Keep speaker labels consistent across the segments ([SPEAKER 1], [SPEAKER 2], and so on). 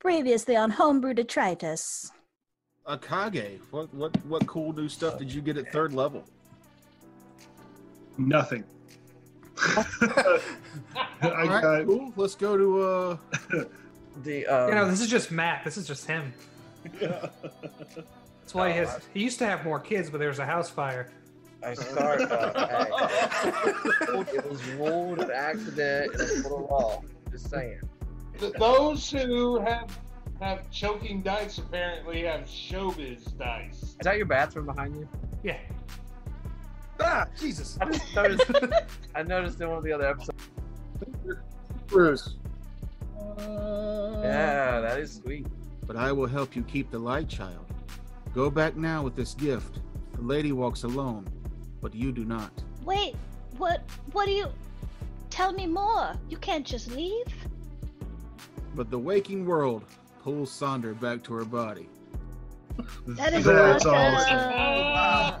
[SPEAKER 1] Previously on Homebrew Detritus.
[SPEAKER 2] Akage, what what what cool new stuff did you get at third level?
[SPEAKER 3] Nothing. I
[SPEAKER 2] All right,
[SPEAKER 3] got
[SPEAKER 2] cool. Let's go to uh.
[SPEAKER 4] The um,
[SPEAKER 5] You know, this is just Matt. This is just him. That's why
[SPEAKER 4] Oh,
[SPEAKER 5] he has. He used to have more kids, but there was a house fire.
[SPEAKER 4] I start. Uh, hey, it was ruled an accident and it's put a law. Just saying.
[SPEAKER 6] Th- Those who have have choking dice apparently have showbiz dice.
[SPEAKER 4] Is that your bathroom behind you?
[SPEAKER 5] Yeah.
[SPEAKER 2] Ah, Jesus.
[SPEAKER 4] I just noticed. I noticed in one of the other episodes.
[SPEAKER 2] Bruce.
[SPEAKER 4] Yeah, that is sweet.
[SPEAKER 2] But I will help you keep the light, child. Go back now with this gift. The lady walks alone, but you do not.
[SPEAKER 1] Wait, what? What do you? Tell me more. You can't just leave.
[SPEAKER 2] But the waking world pulls Sonder back to her body.
[SPEAKER 1] That is
[SPEAKER 3] That's
[SPEAKER 1] awesome.
[SPEAKER 3] awesome.
[SPEAKER 6] Ah.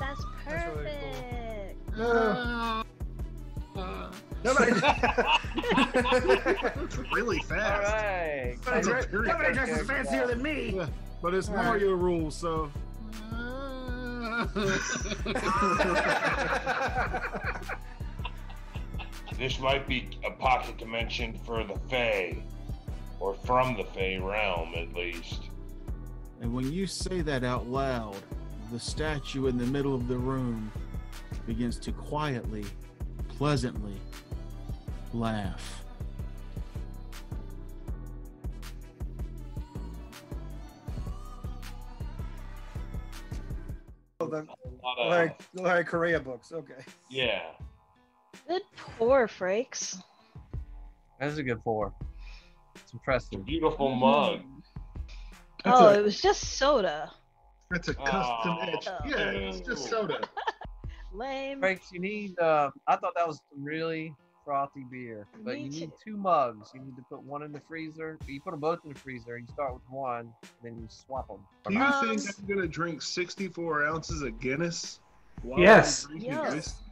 [SPEAKER 1] That's
[SPEAKER 5] That's really cool.
[SPEAKER 1] perfect.
[SPEAKER 3] Nobody. That's really
[SPEAKER 4] All
[SPEAKER 3] fast.
[SPEAKER 4] right.
[SPEAKER 3] That's a period.
[SPEAKER 4] Nobody dresses fancier than
[SPEAKER 5] me.
[SPEAKER 2] But it's Mario rules, so.
[SPEAKER 6] This might be a pocket dimension for the Fey, or from the Fey realm at least.
[SPEAKER 2] and when you say that out loud, the statue in the middle of the room begins to quietly, pleasantly laugh.
[SPEAKER 7] Oh, the
[SPEAKER 6] A lot of-
[SPEAKER 7] Larry, Larry Correa books. Okay.
[SPEAKER 6] yeah.
[SPEAKER 1] Good poor Frakes.
[SPEAKER 4] That's a good four. It's
[SPEAKER 6] It's a
[SPEAKER 4] impressive.
[SPEAKER 6] beautiful
[SPEAKER 1] Mm-hmm.
[SPEAKER 6] mug.
[SPEAKER 3] That's
[SPEAKER 1] Hmm. oh,
[SPEAKER 3] a-
[SPEAKER 1] it was just soda.
[SPEAKER 3] That's a custom
[SPEAKER 6] Oh.
[SPEAKER 3] etch. Yeah, it's just
[SPEAKER 4] Oh.
[SPEAKER 3] soda.
[SPEAKER 1] Lame.
[SPEAKER 4] Franks, you need. Uh, I thought that was some really frothy beer, but
[SPEAKER 1] Me
[SPEAKER 4] you
[SPEAKER 1] too.
[SPEAKER 4] need two mugs. You need to put one in the freezer. You put them both in the freezer. You start with one, then you swap them.
[SPEAKER 3] Do you
[SPEAKER 1] Um,
[SPEAKER 3] think I'm gonna drink 64 ounces of Guinness? while
[SPEAKER 5] Yes.
[SPEAKER 3] I'm drinking
[SPEAKER 1] Yes.
[SPEAKER 3] Guinness?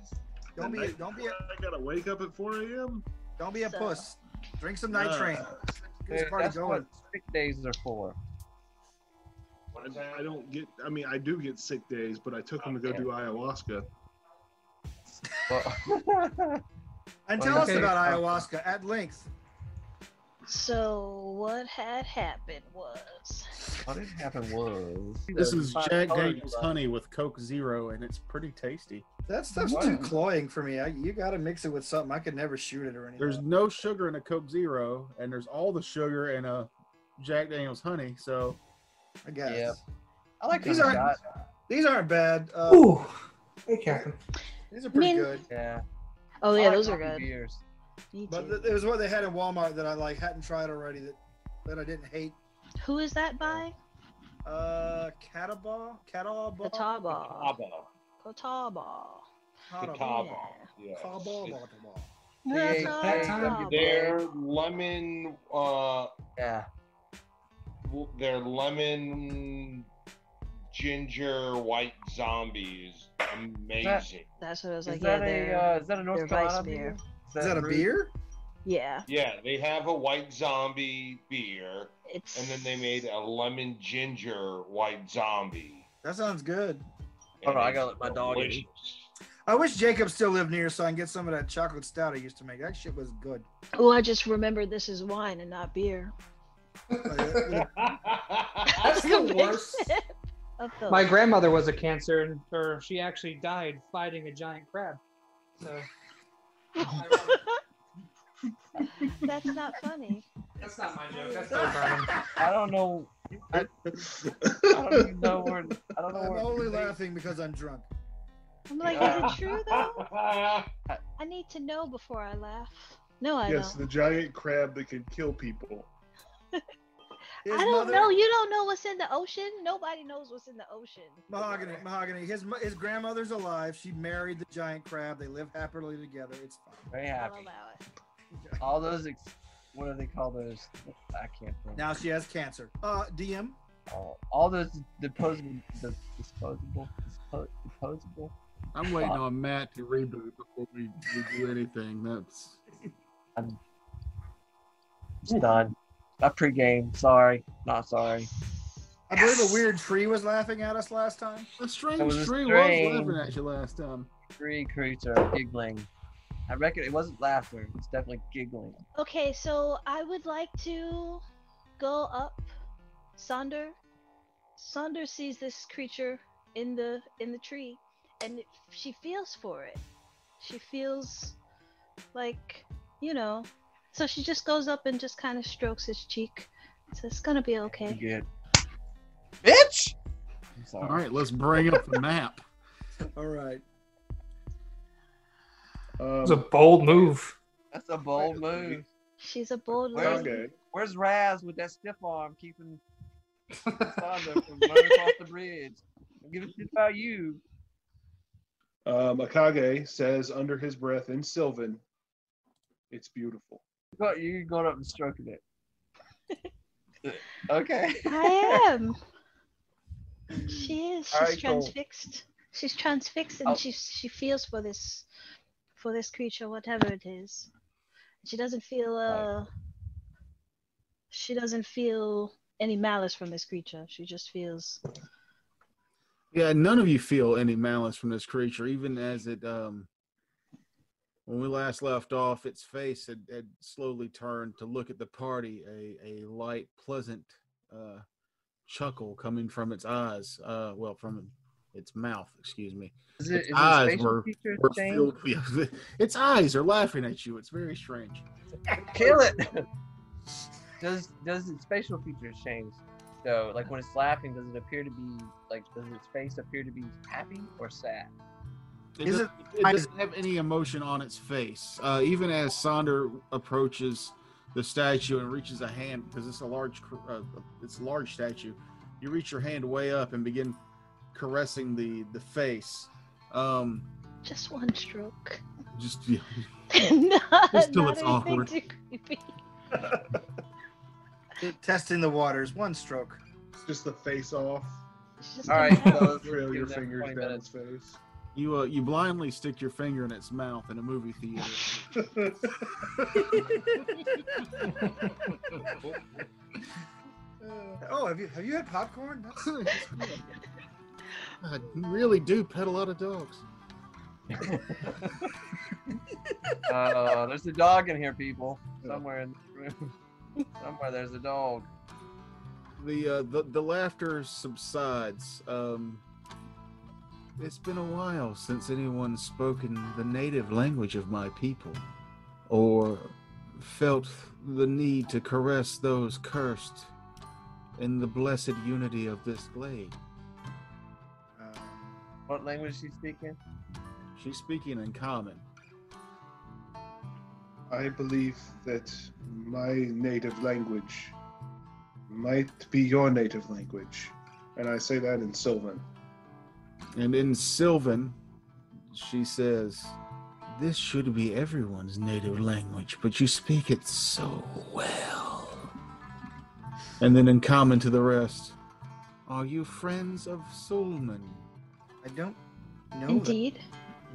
[SPEAKER 7] Don't be. Don't be. A,
[SPEAKER 3] I gotta wake up at 4 a.m.
[SPEAKER 7] don't be a
[SPEAKER 1] So-
[SPEAKER 7] puss. Drink some night
[SPEAKER 3] Uh,
[SPEAKER 7] train. Get this
[SPEAKER 4] Dude,
[SPEAKER 7] party
[SPEAKER 4] that's
[SPEAKER 7] going.
[SPEAKER 4] what sick days are for.
[SPEAKER 3] I, I don't get. I mean, I do get sick days, but I took them to go do ayahuasca.
[SPEAKER 4] Well-
[SPEAKER 7] And
[SPEAKER 4] Oh,
[SPEAKER 7] tell
[SPEAKER 4] yeah.
[SPEAKER 7] us
[SPEAKER 5] Okay.
[SPEAKER 7] about ayahuasca at length.
[SPEAKER 1] So what had happened was
[SPEAKER 4] what did happen was
[SPEAKER 2] This is
[SPEAKER 4] Five
[SPEAKER 2] Jack
[SPEAKER 4] colors,
[SPEAKER 2] Daniels
[SPEAKER 4] uh,
[SPEAKER 2] honey with Coke Zero, and it's pretty tasty.
[SPEAKER 7] That stuff's
[SPEAKER 4] Wow.
[SPEAKER 7] too cloying for me. I, you got to mix it with something. I could never shoot it or anything.
[SPEAKER 2] There's no sugar in a Coke Zero, and there's all the sugar in a Jack Daniels honey. So
[SPEAKER 7] I guess.
[SPEAKER 4] Yep. I like
[SPEAKER 7] These
[SPEAKER 4] these
[SPEAKER 7] aren't-
[SPEAKER 4] are
[SPEAKER 7] These aren't bad. Uh,
[SPEAKER 5] Ooh. Hey, Captain.
[SPEAKER 7] These are pretty
[SPEAKER 1] Min-
[SPEAKER 7] good.
[SPEAKER 4] yeah.
[SPEAKER 1] oh
[SPEAKER 4] I
[SPEAKER 1] yeah,
[SPEAKER 4] like
[SPEAKER 1] those are
[SPEAKER 4] coffee
[SPEAKER 1] good.
[SPEAKER 4] Beers.
[SPEAKER 1] Me
[SPEAKER 7] But
[SPEAKER 1] too.
[SPEAKER 7] th- there was one they had in Walmart that I like hadn't tried already that that I didn't hate.
[SPEAKER 1] Who is that by?
[SPEAKER 7] Uh, Catawba, Catawba,
[SPEAKER 1] Catawba.
[SPEAKER 6] Abba.
[SPEAKER 1] Catawba.
[SPEAKER 6] Catawba. Yeah.
[SPEAKER 7] Catawba,
[SPEAKER 4] Hey,
[SPEAKER 5] that time
[SPEAKER 6] Their lemon, uh,
[SPEAKER 4] Yeah.
[SPEAKER 6] w- their lemon ginger white zombie is amazing.
[SPEAKER 1] That's what I was
[SPEAKER 4] Is
[SPEAKER 1] like. Yeah,
[SPEAKER 4] that
[SPEAKER 1] they're-
[SPEAKER 4] a uh, is that a
[SPEAKER 1] they're
[SPEAKER 4] North
[SPEAKER 1] rice
[SPEAKER 4] Carolina
[SPEAKER 1] beer.
[SPEAKER 4] beer?
[SPEAKER 7] Is that a
[SPEAKER 4] root-
[SPEAKER 7] beer?
[SPEAKER 1] yeah.
[SPEAKER 6] Yeah, they have a white zombie beer,
[SPEAKER 1] It's
[SPEAKER 6] and then they made a lemon ginger white zombie.
[SPEAKER 7] That sounds good.
[SPEAKER 4] Hold on, I
[SPEAKER 6] it's
[SPEAKER 4] gotta let my dog in.
[SPEAKER 6] delicious.
[SPEAKER 7] I wish Jacob still lived near so I can get some of that chocolate stout I used to make. That shit was good.
[SPEAKER 1] Oh, I just remembered this is wine and not beer.
[SPEAKER 7] Like,
[SPEAKER 1] That's the
[SPEAKER 5] the
[SPEAKER 1] big
[SPEAKER 5] worst.
[SPEAKER 1] sip of the-
[SPEAKER 5] My grandmother was a cancer, and or she actually died fighting a giant crab. So
[SPEAKER 1] That's not funny.
[SPEAKER 5] that's not my joke. That's Bill Bryan.
[SPEAKER 4] I don't know. I, I don't even know where. I don't know
[SPEAKER 7] I'm
[SPEAKER 4] where.
[SPEAKER 7] only laughing because I'm drunk.
[SPEAKER 1] I'm like, is it true though? I need to know before I laugh. No, I
[SPEAKER 3] yes,
[SPEAKER 1] don't.
[SPEAKER 3] the giant crab that can kill people.
[SPEAKER 7] His
[SPEAKER 1] I don't
[SPEAKER 7] mother-
[SPEAKER 1] know. You don't know what's in the ocean. Nobody knows what's in the ocean.
[SPEAKER 7] Mahogany, mahogany. His mo- his grandmother's alive. She married the giant crab. They live happily together. It's fine.
[SPEAKER 4] Very
[SPEAKER 1] I'll
[SPEAKER 4] happy.
[SPEAKER 1] allow it.
[SPEAKER 4] All those. Ex- what do they call those? I can't. Think.
[SPEAKER 7] Now she has cancer. Uh, DM.
[SPEAKER 4] all, all those disposable, the disposable, dispo- disposable.
[SPEAKER 2] I'm waiting on Matt to reboot before we, we do anything. That's
[SPEAKER 4] It's done. Not pregame. Sorry. Not sorry.
[SPEAKER 7] I believe a weird tree was laughing at us last time.
[SPEAKER 2] A strange
[SPEAKER 4] That was a
[SPEAKER 2] tree
[SPEAKER 4] strange-
[SPEAKER 2] was laughing at you last time.
[SPEAKER 4] Tree creature giggling. I reckon it wasn't laughter. It's definitely giggling.
[SPEAKER 1] Okay, so I would like to go up Sonder. Sonder sees this creature in the in the tree and she feels for it. She feels like, you know, so she just goes up and just kind of strokes his cheek. So it's going to be
[SPEAKER 4] You
[SPEAKER 1] okay.
[SPEAKER 4] good. Bitch! I'm
[SPEAKER 2] All
[SPEAKER 4] sorry.
[SPEAKER 2] right, let's bring up the map.
[SPEAKER 7] All right.
[SPEAKER 3] Um,
[SPEAKER 5] was a bold move.
[SPEAKER 4] That's a bold move.
[SPEAKER 1] She's a bold
[SPEAKER 4] Where-
[SPEAKER 1] lady.
[SPEAKER 3] Okay.
[SPEAKER 4] Where's Raz with that stiff arm keeping Sonder from running across the bridge? Don't give a shit about you.
[SPEAKER 3] Um, Akage says under his breath in Sylvan, "It's beautiful."
[SPEAKER 4] But you going up and stroking it. okay.
[SPEAKER 1] I am. She is. She's
[SPEAKER 4] Alright, cool. Oh.
[SPEAKER 1] transfixed. She's transfixed, and
[SPEAKER 4] I'll-
[SPEAKER 1] she she feels for this, for this creature, whatever it is. She doesn't feel. Uh, She doesn't feel any malice from this creature. She just feels.
[SPEAKER 2] Yeah, none of you feel any malice from this creature, even as it um when we last left off, its face had, had slowly turned to look at the party, a, a light, pleasant uh chuckle coming from its eyes. Uh well from its mouth, excuse me.
[SPEAKER 4] Is it, is it
[SPEAKER 2] eyes
[SPEAKER 4] facial
[SPEAKER 2] were-
[SPEAKER 4] features
[SPEAKER 2] We're
[SPEAKER 4] change?
[SPEAKER 2] filled, yeah, its eyes are laughing at you. It's very strange.
[SPEAKER 4] Kill it. does does its facial features change? So, like when it's laughing, does it appear to be like does its face appear to be happy or sad?
[SPEAKER 2] It,
[SPEAKER 7] Is
[SPEAKER 2] does, it doesn't have any emotion on its face. Uh, even as Sonder approaches the statue and reaches a hand, because it's a large, cr- uh, it's a large statue, you reach your hand way up and begin caressing the the face. Um,
[SPEAKER 1] Just one stroke.
[SPEAKER 2] just
[SPEAKER 1] not,
[SPEAKER 2] Just till
[SPEAKER 1] not
[SPEAKER 2] it's
[SPEAKER 1] anything
[SPEAKER 2] awkward.
[SPEAKER 1] too creepy.
[SPEAKER 7] Testing the waters. One stroke.
[SPEAKER 3] It's just the face off.
[SPEAKER 1] It's just
[SPEAKER 4] All
[SPEAKER 1] a
[SPEAKER 4] right,
[SPEAKER 1] mouth.
[SPEAKER 4] so let's
[SPEAKER 3] Trail
[SPEAKER 4] give
[SPEAKER 3] your
[SPEAKER 4] that
[SPEAKER 3] fingers
[SPEAKER 4] 20
[SPEAKER 3] down
[SPEAKER 4] minutes.
[SPEAKER 3] its face.
[SPEAKER 2] you uh, you blindly stick your finger in its mouth in a movie theater.
[SPEAKER 7] Oh, have you have you had popcorn? That's-
[SPEAKER 2] God, you really do pet a lot of dogs.
[SPEAKER 4] Uh, there's a dog in here, people. Somewhere in the room. Somewhere there's a dog.
[SPEAKER 2] the uh, the, the laughter subsides. Um, it's been a while since anyone's spoken the native language of my people, or felt the need to caress those cursed in the blessed unity of this glade.
[SPEAKER 7] Um,
[SPEAKER 4] What language is she speaking?
[SPEAKER 2] She's speaking in common.
[SPEAKER 3] I believe that my native language might be your native language, and I say that in Sylvan.
[SPEAKER 2] And in Sylvan, she says, This should be everyone's native language, but you speak it so well. And then in common to the rest, Are you friends of Solman?
[SPEAKER 7] I don't know. the
[SPEAKER 1] Indeed.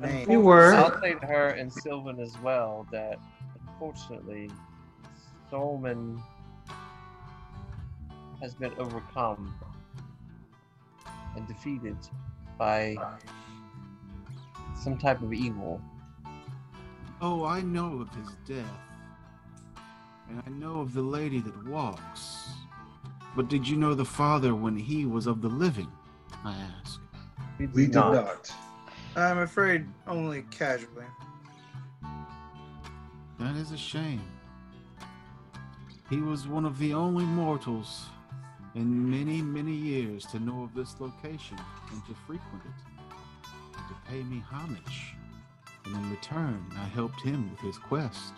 [SPEAKER 7] Name.
[SPEAKER 5] You were.
[SPEAKER 4] I'll say to her and Sylvan as well that unfortunately, Solman has been overcome and defeated by some type of evil.
[SPEAKER 2] Oh, I know of his death. And I know of the lady that walks. But did you know the father when he was of the living? I ask.
[SPEAKER 3] We did not.
[SPEAKER 7] I'm afraid only casually.
[SPEAKER 2] That is a shame. He was one of the only mortals in many, many years to know of this location and to frequent it, and to pay me homage. And in return, I helped him with his quest.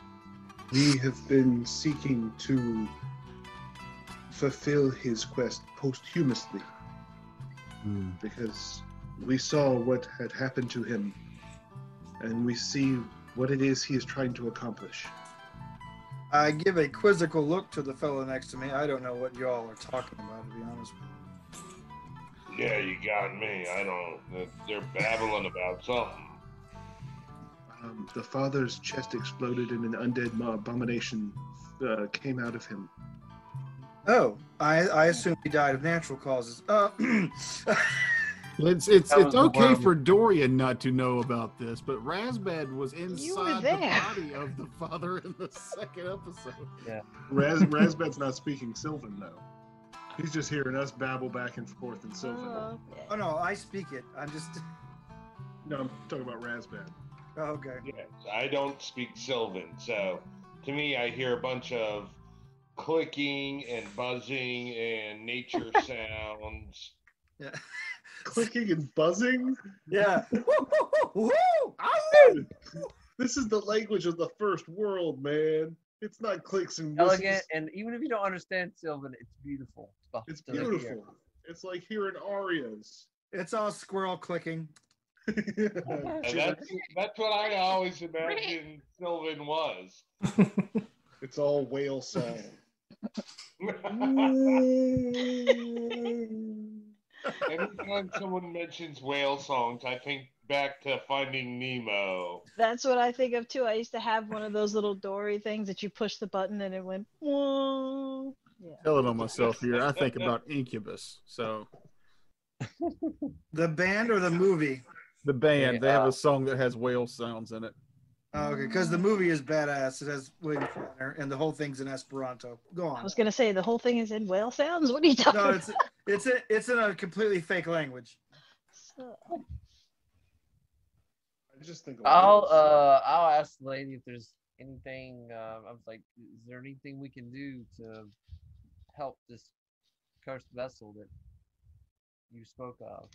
[SPEAKER 3] We have been seeking to fulfill his quest posthumously
[SPEAKER 2] Hmm.
[SPEAKER 3] because we saw what had happened to him and we see what it is he is trying to accomplish.
[SPEAKER 7] I give a quizzical look to the fellow next to me. I don't know what y'all are talking about, to be honest. with
[SPEAKER 6] Yeah, you got me. I don't. they're- They're babbling about something.
[SPEAKER 3] Um, the father's chest exploded and an undead ma- abomination uh, came out of him.
[SPEAKER 7] Oh, I, I assume he died of natural causes. Uh,
[SPEAKER 2] It's it's,
[SPEAKER 4] That
[SPEAKER 2] it's
[SPEAKER 4] was the
[SPEAKER 2] okay
[SPEAKER 4] worm.
[SPEAKER 2] for Dorian not to know about this, but Razbad was inside the
[SPEAKER 1] there.
[SPEAKER 2] body of the father in the second episode.
[SPEAKER 3] Raz, Razbet's not speaking Sylvan though. He's just hearing us babble back and forth in Sylvan.
[SPEAKER 4] Uh.
[SPEAKER 1] Oh,
[SPEAKER 7] oh
[SPEAKER 1] okay.
[SPEAKER 7] no, I speak it. I'm just.
[SPEAKER 3] No, I'm talking about Razbet.
[SPEAKER 7] Oh, okay.
[SPEAKER 6] Yeah, I don't speak Sylvan, so to me, I hear a bunch of clicking and buzzing and nature sounds.
[SPEAKER 7] Yeah.
[SPEAKER 3] Clicking and buzzing.
[SPEAKER 7] Yeah.
[SPEAKER 3] This is the language of the first world, man. It's not clicks and whistles.
[SPEAKER 4] Elegant, and even if you don't understand Sylvan, it's beautiful.
[SPEAKER 3] It's
[SPEAKER 4] to hear.
[SPEAKER 3] beautiful. It's like hearing arias.
[SPEAKER 7] It's all squirrel clicking.
[SPEAKER 6] And that's, that's what I always imagined Sylvan was.
[SPEAKER 3] it's all whale song.
[SPEAKER 6] Every time someone mentions whale songs, I think back to Finding Nemo.
[SPEAKER 1] That's what I think of too. I used to have one of those little dory things that you push the button and it went whoa.
[SPEAKER 2] Telling on myself here, I think about Incubus. So
[SPEAKER 7] The band or the movie?
[SPEAKER 2] the band,
[SPEAKER 4] Yeah.
[SPEAKER 2] they have a song that has whale sounds in it.
[SPEAKER 7] Oh, okay, because the movie is badass. It has William Shatner, and the whole thing's in Esperanto. Go
[SPEAKER 1] I
[SPEAKER 7] on.
[SPEAKER 1] was gonna say the whole thing is in whale sounds. What are you talking
[SPEAKER 7] No,
[SPEAKER 1] about?
[SPEAKER 7] it's it's a, it's in a completely fake language.
[SPEAKER 1] So-
[SPEAKER 3] I just think. of
[SPEAKER 4] I'll
[SPEAKER 3] whales.
[SPEAKER 4] uh I'll ask the lady if there's anything. Um, I was like, is there anything we can do to help this cursed vessel that you spoke of?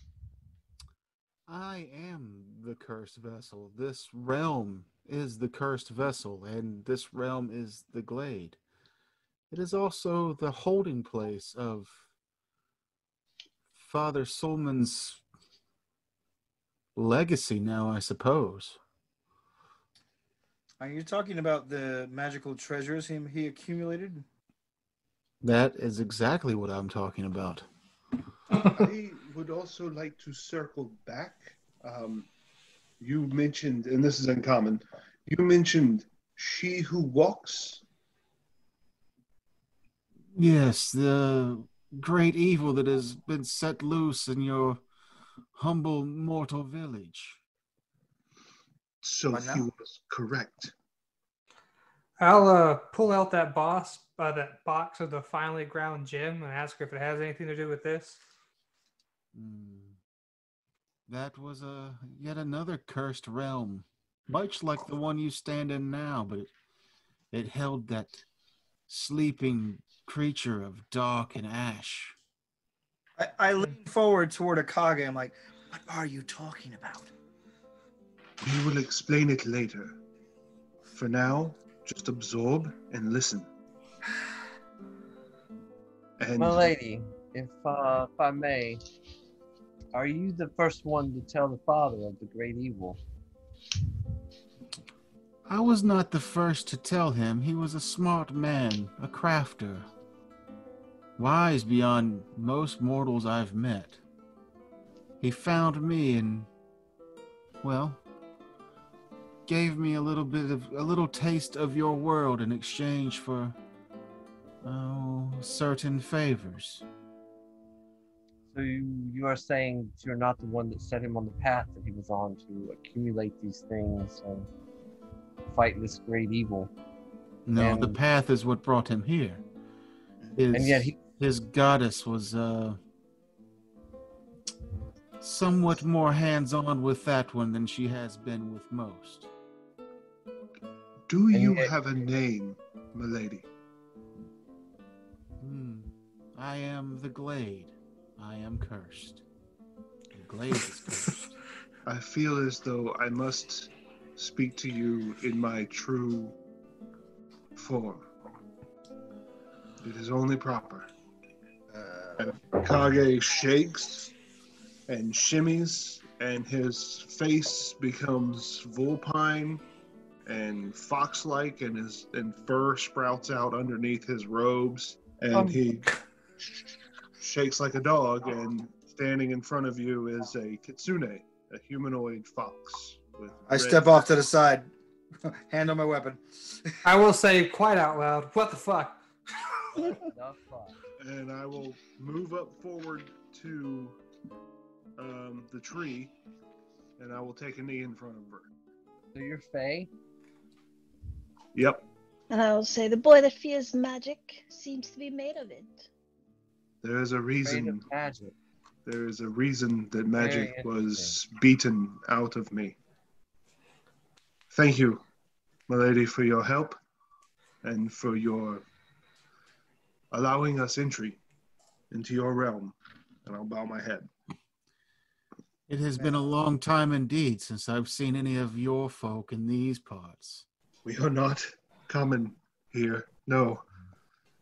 [SPEAKER 2] I am the cursed vessel. This realm is the cursed vessel, and this realm is the glade. It is also the holding place of Father Solman's legacy now, I suppose.
[SPEAKER 7] Are you talking about the magical treasures him he accumulated?
[SPEAKER 2] That is exactly what I'm talking about.
[SPEAKER 3] I would also like to circle back. Um, you mentioned, and this is uncommon. You mentioned she who walks.
[SPEAKER 2] Yes, the great evil that has been set loose in your humble mortal village.
[SPEAKER 3] So
[SPEAKER 7] Why
[SPEAKER 3] he
[SPEAKER 7] not?
[SPEAKER 3] was correct.
[SPEAKER 5] I'll uh, pull out that boss, uh, that box of the finely ground gem, and ask her if it has anything to do with this.
[SPEAKER 2] Mm. That was a yet another cursed realm, much like the one you stand in now, but it, it held that sleeping creature of dark and ash.
[SPEAKER 7] I, I lean forward toward Akage. I'm like, what are you talking about?
[SPEAKER 3] We will explain it later. For now, just absorb and listen. And
[SPEAKER 4] My lady, if uh, if I may, are you the first one to tell the father of the great evil?
[SPEAKER 2] I was not the first to tell him he was a smart man, a crafter, wise beyond most mortals I've met. He found me and, well, gave me a little bit of a little taste of your world in exchange for, oh, certain favors.
[SPEAKER 4] So you, you are saying you're not the one that set him on the path that he was on to accumulate these things and fight this great evil.
[SPEAKER 2] No, the
[SPEAKER 4] And-
[SPEAKER 2] path is what brought him here. His,
[SPEAKER 4] And yet he-
[SPEAKER 2] his goddess was uh, somewhat more hands-on with that one than she has been with most.
[SPEAKER 3] do
[SPEAKER 4] And
[SPEAKER 3] you
[SPEAKER 4] yet-
[SPEAKER 3] have a name, my lady?
[SPEAKER 2] Hmm. I am the glade. I am cursed. The glade is cursed.
[SPEAKER 3] I feel as though I must speak to you in my true form. It is only proper.
[SPEAKER 7] Uh,
[SPEAKER 3] And Kage shakes and shimmies, and his face becomes vulpine and fox-like, and his and fur sprouts out underneath his robes, and
[SPEAKER 4] Um.
[SPEAKER 3] he shakes like a dog. And standing in front of you is a kitsune, a humanoid fox. With
[SPEAKER 7] I step off to the side, hand on my weapon.
[SPEAKER 5] I will say quite out loud, "What the fuck?"
[SPEAKER 4] the fuck?
[SPEAKER 3] and I will move up forward to um, the tree, and I will take a knee in front of her.
[SPEAKER 4] So you're Faye?
[SPEAKER 3] Yep,
[SPEAKER 1] And I will say, the boy that fears magic seems to be made of it.
[SPEAKER 3] there is a
[SPEAKER 4] Afraid
[SPEAKER 3] reason.
[SPEAKER 4] of magic.
[SPEAKER 3] There is a reason that magic
[SPEAKER 4] Very
[SPEAKER 3] was beaten out of me. Thank you, my lady, for your help and for your allowing us entry into your realm. And I'll bow my head.
[SPEAKER 2] It has been a long time indeed since I've seen any of your folk in these parts.
[SPEAKER 3] We are not common here. No,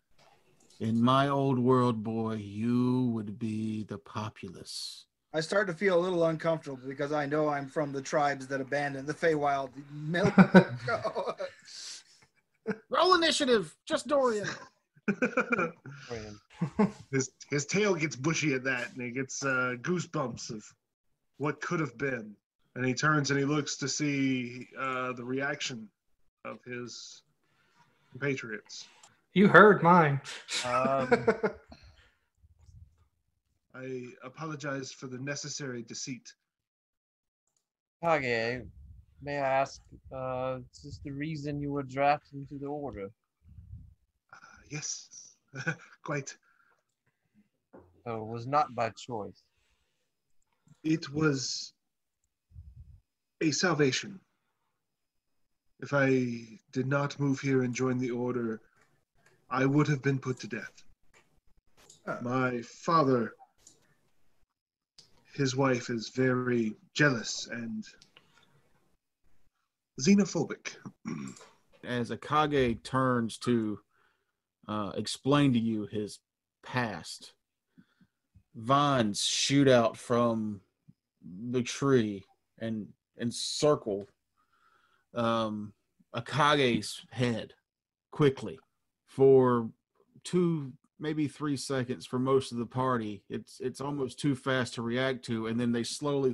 [SPEAKER 2] In my old world, boy, you would be the populace.
[SPEAKER 7] I start to feel a little uncomfortable because I know I'm from the tribes that abandoned the Feywild millions ago.
[SPEAKER 2] Roll initiative, just Dorian.
[SPEAKER 4] Friend.
[SPEAKER 3] his his tail gets bushy at that, and he gets uh, goosebumps of what could have been. And he turns and he looks to see uh, the reaction of his compatriots.
[SPEAKER 5] You heard mine.
[SPEAKER 4] Um,
[SPEAKER 3] I apologize for the necessary deceit.
[SPEAKER 4] Kage, may I ask, uh, is this the reason you were drafted into the order?
[SPEAKER 3] Uh, yes, quite.
[SPEAKER 4] So Oh, it was not by choice.
[SPEAKER 3] It was a salvation. If I did not move here and join the order, I would have been put to death.
[SPEAKER 7] Ah.
[SPEAKER 3] My father, his wife is very jealous and xenophobic.
[SPEAKER 2] As Akage turns to uh, explain to you his past, vines shoot out from the tree and and circle um, Akage's head quickly for two maybe three seconds for most of the party it's it's almost too fast to react to and then they slowly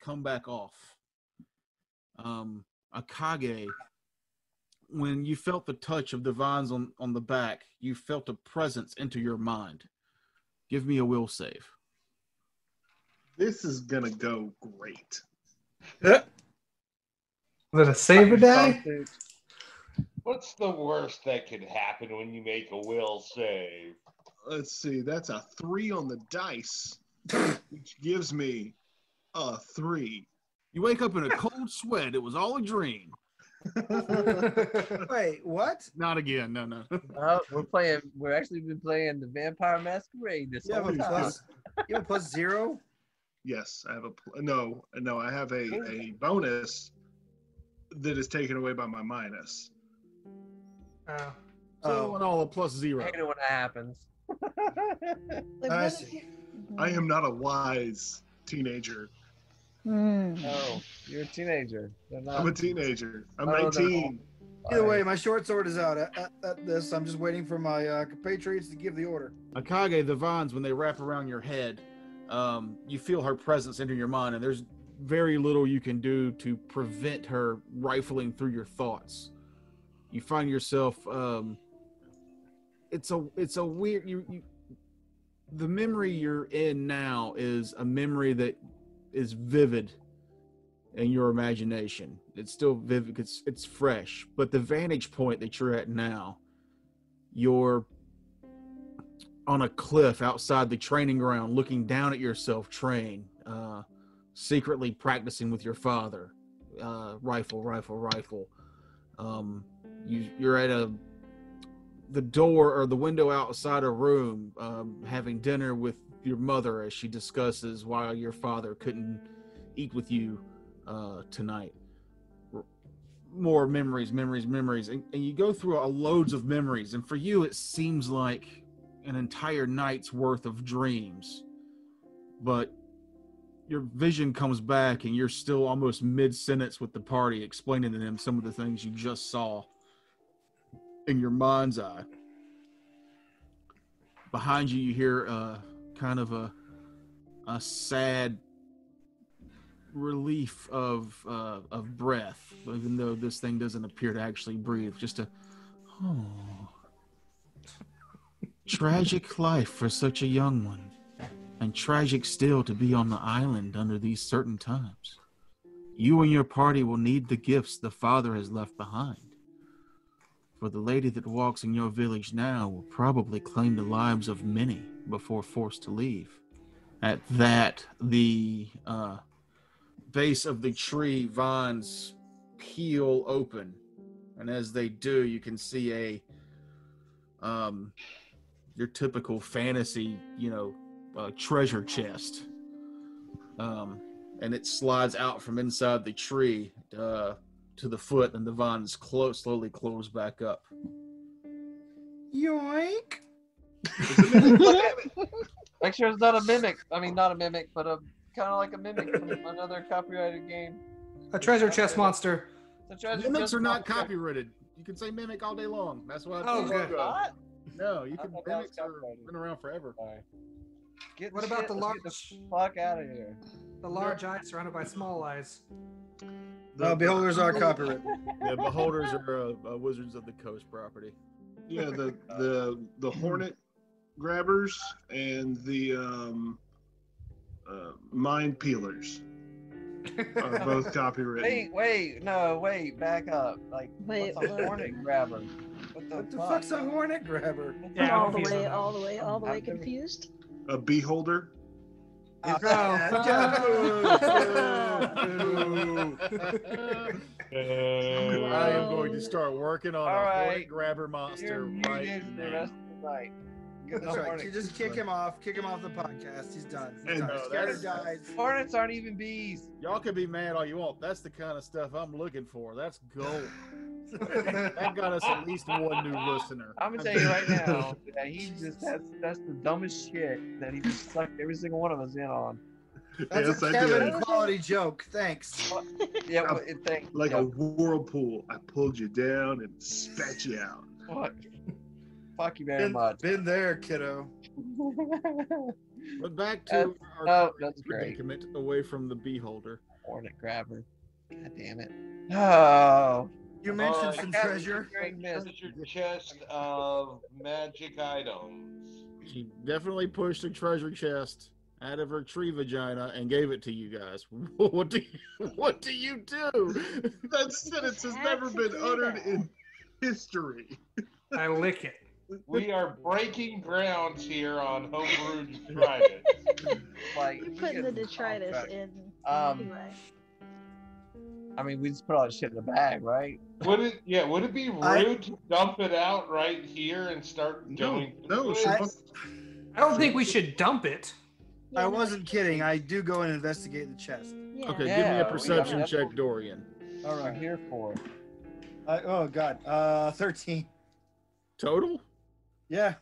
[SPEAKER 2] come back off um akage when you felt the touch of the vines on on the back you felt a presence into your mind give me a will save
[SPEAKER 3] This is gonna go great.
[SPEAKER 5] Was it a saver day?
[SPEAKER 6] What's the worst that could happen when you make a will save?
[SPEAKER 3] Let's see, that's a three on the dice, which gives me a three.
[SPEAKER 2] you wake up in a cold sweat it was all a dream
[SPEAKER 7] Wait, what?
[SPEAKER 2] not again no no
[SPEAKER 4] Uh, we're playing. We're actually been playing the Vampire Masquerade this
[SPEAKER 7] You have
[SPEAKER 4] whole
[SPEAKER 7] a
[SPEAKER 3] Holy
[SPEAKER 4] time.
[SPEAKER 7] plus? You have a plus zero?
[SPEAKER 3] Yes, I have a pl- no, no. I have a, a bonus that is taken away by my minus.
[SPEAKER 5] Oh.
[SPEAKER 2] so
[SPEAKER 7] Oh.
[SPEAKER 2] in all a plus zero
[SPEAKER 4] I know when that happens.
[SPEAKER 1] Like,
[SPEAKER 7] I
[SPEAKER 1] what if
[SPEAKER 7] see.
[SPEAKER 1] you-
[SPEAKER 3] I am not a wise teenager.
[SPEAKER 1] Hmm.
[SPEAKER 4] oh, you're a teenager. They're not.
[SPEAKER 7] Uh,
[SPEAKER 3] I'm a teenager. I'm
[SPEAKER 4] Oh, no.
[SPEAKER 3] 19.
[SPEAKER 7] Either way, my short sword is out at, at, at this. I'm just waiting for my uh, compatriots to give the order.
[SPEAKER 2] Akage, the vines, when they wrap around your head, um, you feel her presence enter your mind, and there's very little you can do to prevent her rifling through your thoughts. You find yourself, um, it's a, it's a weird, you, you, the memory you're in now is a memory that is vivid in your imagination. It's still vivid, it's, it's fresh, but the vantage point that you're at now, your on a cliff outside the training ground, looking down at yourself train, uh, secretly practicing with your father. Uh, rifle, rifle, rifle. Um, you, you're at a the door or the window outside a room, um, having dinner with your mother as she discusses why your father couldn't eat with you uh, tonight. R- More memories, memories, memories, and, and you go through a loads of memories. And for you, it seems like an entire night's worth of dreams, but your vision comes back and you're still almost mid sentence with the party, explaining to them some of the things you just saw in your mind's eye. Behind you, you hear uh, kind of a a sad relief of uh, of breath, even though this thing doesn't appear to actually breathe. Just a oh. Tragic life for such a young one, and tragic still to be on the island under these certain times. You and your party will need the gifts the father has left behind. For the lady that walks in your village now will probably claim the lives of many before forced to leave. At that, the uh, base of the tree vines peel open, and as they do, you can see a um, your typical fantasy, you know, uh, treasure chest. Um, and it slides out from inside the tree uh, to the foot, and the vines clo- slowly close back up.
[SPEAKER 7] Yoink!
[SPEAKER 4] Make sure it's not a mimic. I mean, not a mimic, but a kind of like a mimic from another copyrighted game.
[SPEAKER 5] A treasure chest monster.
[SPEAKER 4] It's a treasure
[SPEAKER 2] Mimics
[SPEAKER 4] chest
[SPEAKER 2] are not
[SPEAKER 4] monster.
[SPEAKER 2] copyrighted. You can say mimic all day long. That's why.
[SPEAKER 5] Oh,
[SPEAKER 2] it's
[SPEAKER 5] good.
[SPEAKER 2] logo.
[SPEAKER 4] Not?
[SPEAKER 2] No, you
[SPEAKER 4] I
[SPEAKER 2] can.
[SPEAKER 4] thought that was
[SPEAKER 2] Mimics are
[SPEAKER 4] copyrighted.
[SPEAKER 2] been around forever.
[SPEAKER 4] All right. Get
[SPEAKER 5] What
[SPEAKER 4] the
[SPEAKER 5] about
[SPEAKER 4] shit,
[SPEAKER 5] the
[SPEAKER 4] let's get
[SPEAKER 5] large,
[SPEAKER 4] the fuck out of here?
[SPEAKER 5] the large eye surrounded by small eyes?
[SPEAKER 7] Uh, beholders are copyrighted.
[SPEAKER 2] The beholders are uh, uh, wizards of the coast property.
[SPEAKER 3] Yeah, the the the hornet grabbers and the um, uh, mind peelers are both copyrighted.
[SPEAKER 4] Wait, wait, no, wait, back up. Like,
[SPEAKER 1] Wait,
[SPEAKER 4] what's a
[SPEAKER 1] what?
[SPEAKER 4] hornet grabber? What the,
[SPEAKER 7] What the
[SPEAKER 4] fuck?
[SPEAKER 7] fuck's a hornet grabber?
[SPEAKER 5] Yeah,
[SPEAKER 1] all
[SPEAKER 5] I'm
[SPEAKER 1] the
[SPEAKER 5] confused on
[SPEAKER 1] way,
[SPEAKER 5] that.
[SPEAKER 1] all the way, all the
[SPEAKER 4] I'm
[SPEAKER 1] way confused.
[SPEAKER 4] confused.
[SPEAKER 3] A beholder.
[SPEAKER 7] Oh,
[SPEAKER 2] I am
[SPEAKER 6] Uh,
[SPEAKER 2] going to start working on
[SPEAKER 4] All
[SPEAKER 2] a
[SPEAKER 4] right.
[SPEAKER 2] hornet grabber monster
[SPEAKER 4] You're
[SPEAKER 2] right
[SPEAKER 4] muted for the
[SPEAKER 2] now.
[SPEAKER 4] rest of the night. Get the
[SPEAKER 7] That's right.
[SPEAKER 4] hornet.
[SPEAKER 7] You just kick him off. Kick him off the podcast. He's done. He's
[SPEAKER 3] And-
[SPEAKER 7] done.
[SPEAKER 3] No,
[SPEAKER 7] Scatter
[SPEAKER 2] that's-
[SPEAKER 7] dies.
[SPEAKER 4] Hornets aren't even bees.
[SPEAKER 2] Y'all can be mad all you want. That's the kind of stuff I'm looking for. That's gold. that got us at least one new listener.
[SPEAKER 4] I'm gonna tell you right now that he just that's that's the dumbest shit that he just sucked every single one of us in on.
[SPEAKER 7] That's
[SPEAKER 3] yes,
[SPEAKER 7] a
[SPEAKER 3] I
[SPEAKER 7] Kevin
[SPEAKER 3] did.
[SPEAKER 7] quality joke. Thanks.
[SPEAKER 4] Yeah, well, it, thank
[SPEAKER 3] Like
[SPEAKER 4] yeah,
[SPEAKER 3] a whirlpool, I pulled you down and spat you out.
[SPEAKER 4] fuck. Fuck you very
[SPEAKER 7] Been,
[SPEAKER 4] much.
[SPEAKER 7] been there, kiddo.
[SPEAKER 2] But back to our
[SPEAKER 4] oh,
[SPEAKER 2] current
[SPEAKER 4] that's great.
[SPEAKER 2] predicament away from the beholder.
[SPEAKER 4] Hornet grabber. God damn it. Oh,
[SPEAKER 7] You mentioned
[SPEAKER 6] Uh,
[SPEAKER 7] some
[SPEAKER 4] I can't-
[SPEAKER 7] treasure.
[SPEAKER 4] I missed.
[SPEAKER 6] Here's your chest of magic items.
[SPEAKER 2] She definitely pushed a treasure chest out of her tree vagina and gave it to you guys. What do you, what do you do?
[SPEAKER 3] That sentence has never been uttered in history.
[SPEAKER 5] I lick it.
[SPEAKER 6] We are breaking grounds here on Homebrew Friday.
[SPEAKER 4] Like,
[SPEAKER 1] You're
[SPEAKER 4] we
[SPEAKER 1] putting the
[SPEAKER 4] getting off
[SPEAKER 1] detritus
[SPEAKER 4] track.
[SPEAKER 1] in.
[SPEAKER 4] Um,
[SPEAKER 1] anyway.
[SPEAKER 4] I mean, we just put all the shit in the bag, right?
[SPEAKER 6] Would it? Yeah. Would it be rude
[SPEAKER 7] I-
[SPEAKER 6] to dump it out right here and start
[SPEAKER 3] No,
[SPEAKER 6] going?
[SPEAKER 3] no,
[SPEAKER 6] through
[SPEAKER 3] she
[SPEAKER 6] it?
[SPEAKER 7] I-
[SPEAKER 3] must-
[SPEAKER 5] I don't think we should dump it.
[SPEAKER 1] Yeah,
[SPEAKER 7] I
[SPEAKER 1] no,
[SPEAKER 7] wasn't kidding. I do go and investigate the chest.
[SPEAKER 1] yeah.
[SPEAKER 2] Okay, give me
[SPEAKER 4] Yeah,
[SPEAKER 2] a
[SPEAKER 4] we-
[SPEAKER 2] perception
[SPEAKER 4] that's
[SPEAKER 2] check,
[SPEAKER 4] what-
[SPEAKER 2] Dorian.
[SPEAKER 7] All
[SPEAKER 4] I'm
[SPEAKER 7] right.
[SPEAKER 4] here for it.
[SPEAKER 7] I, oh God. Uh, thirteen.
[SPEAKER 2] Total?
[SPEAKER 7] Yeah.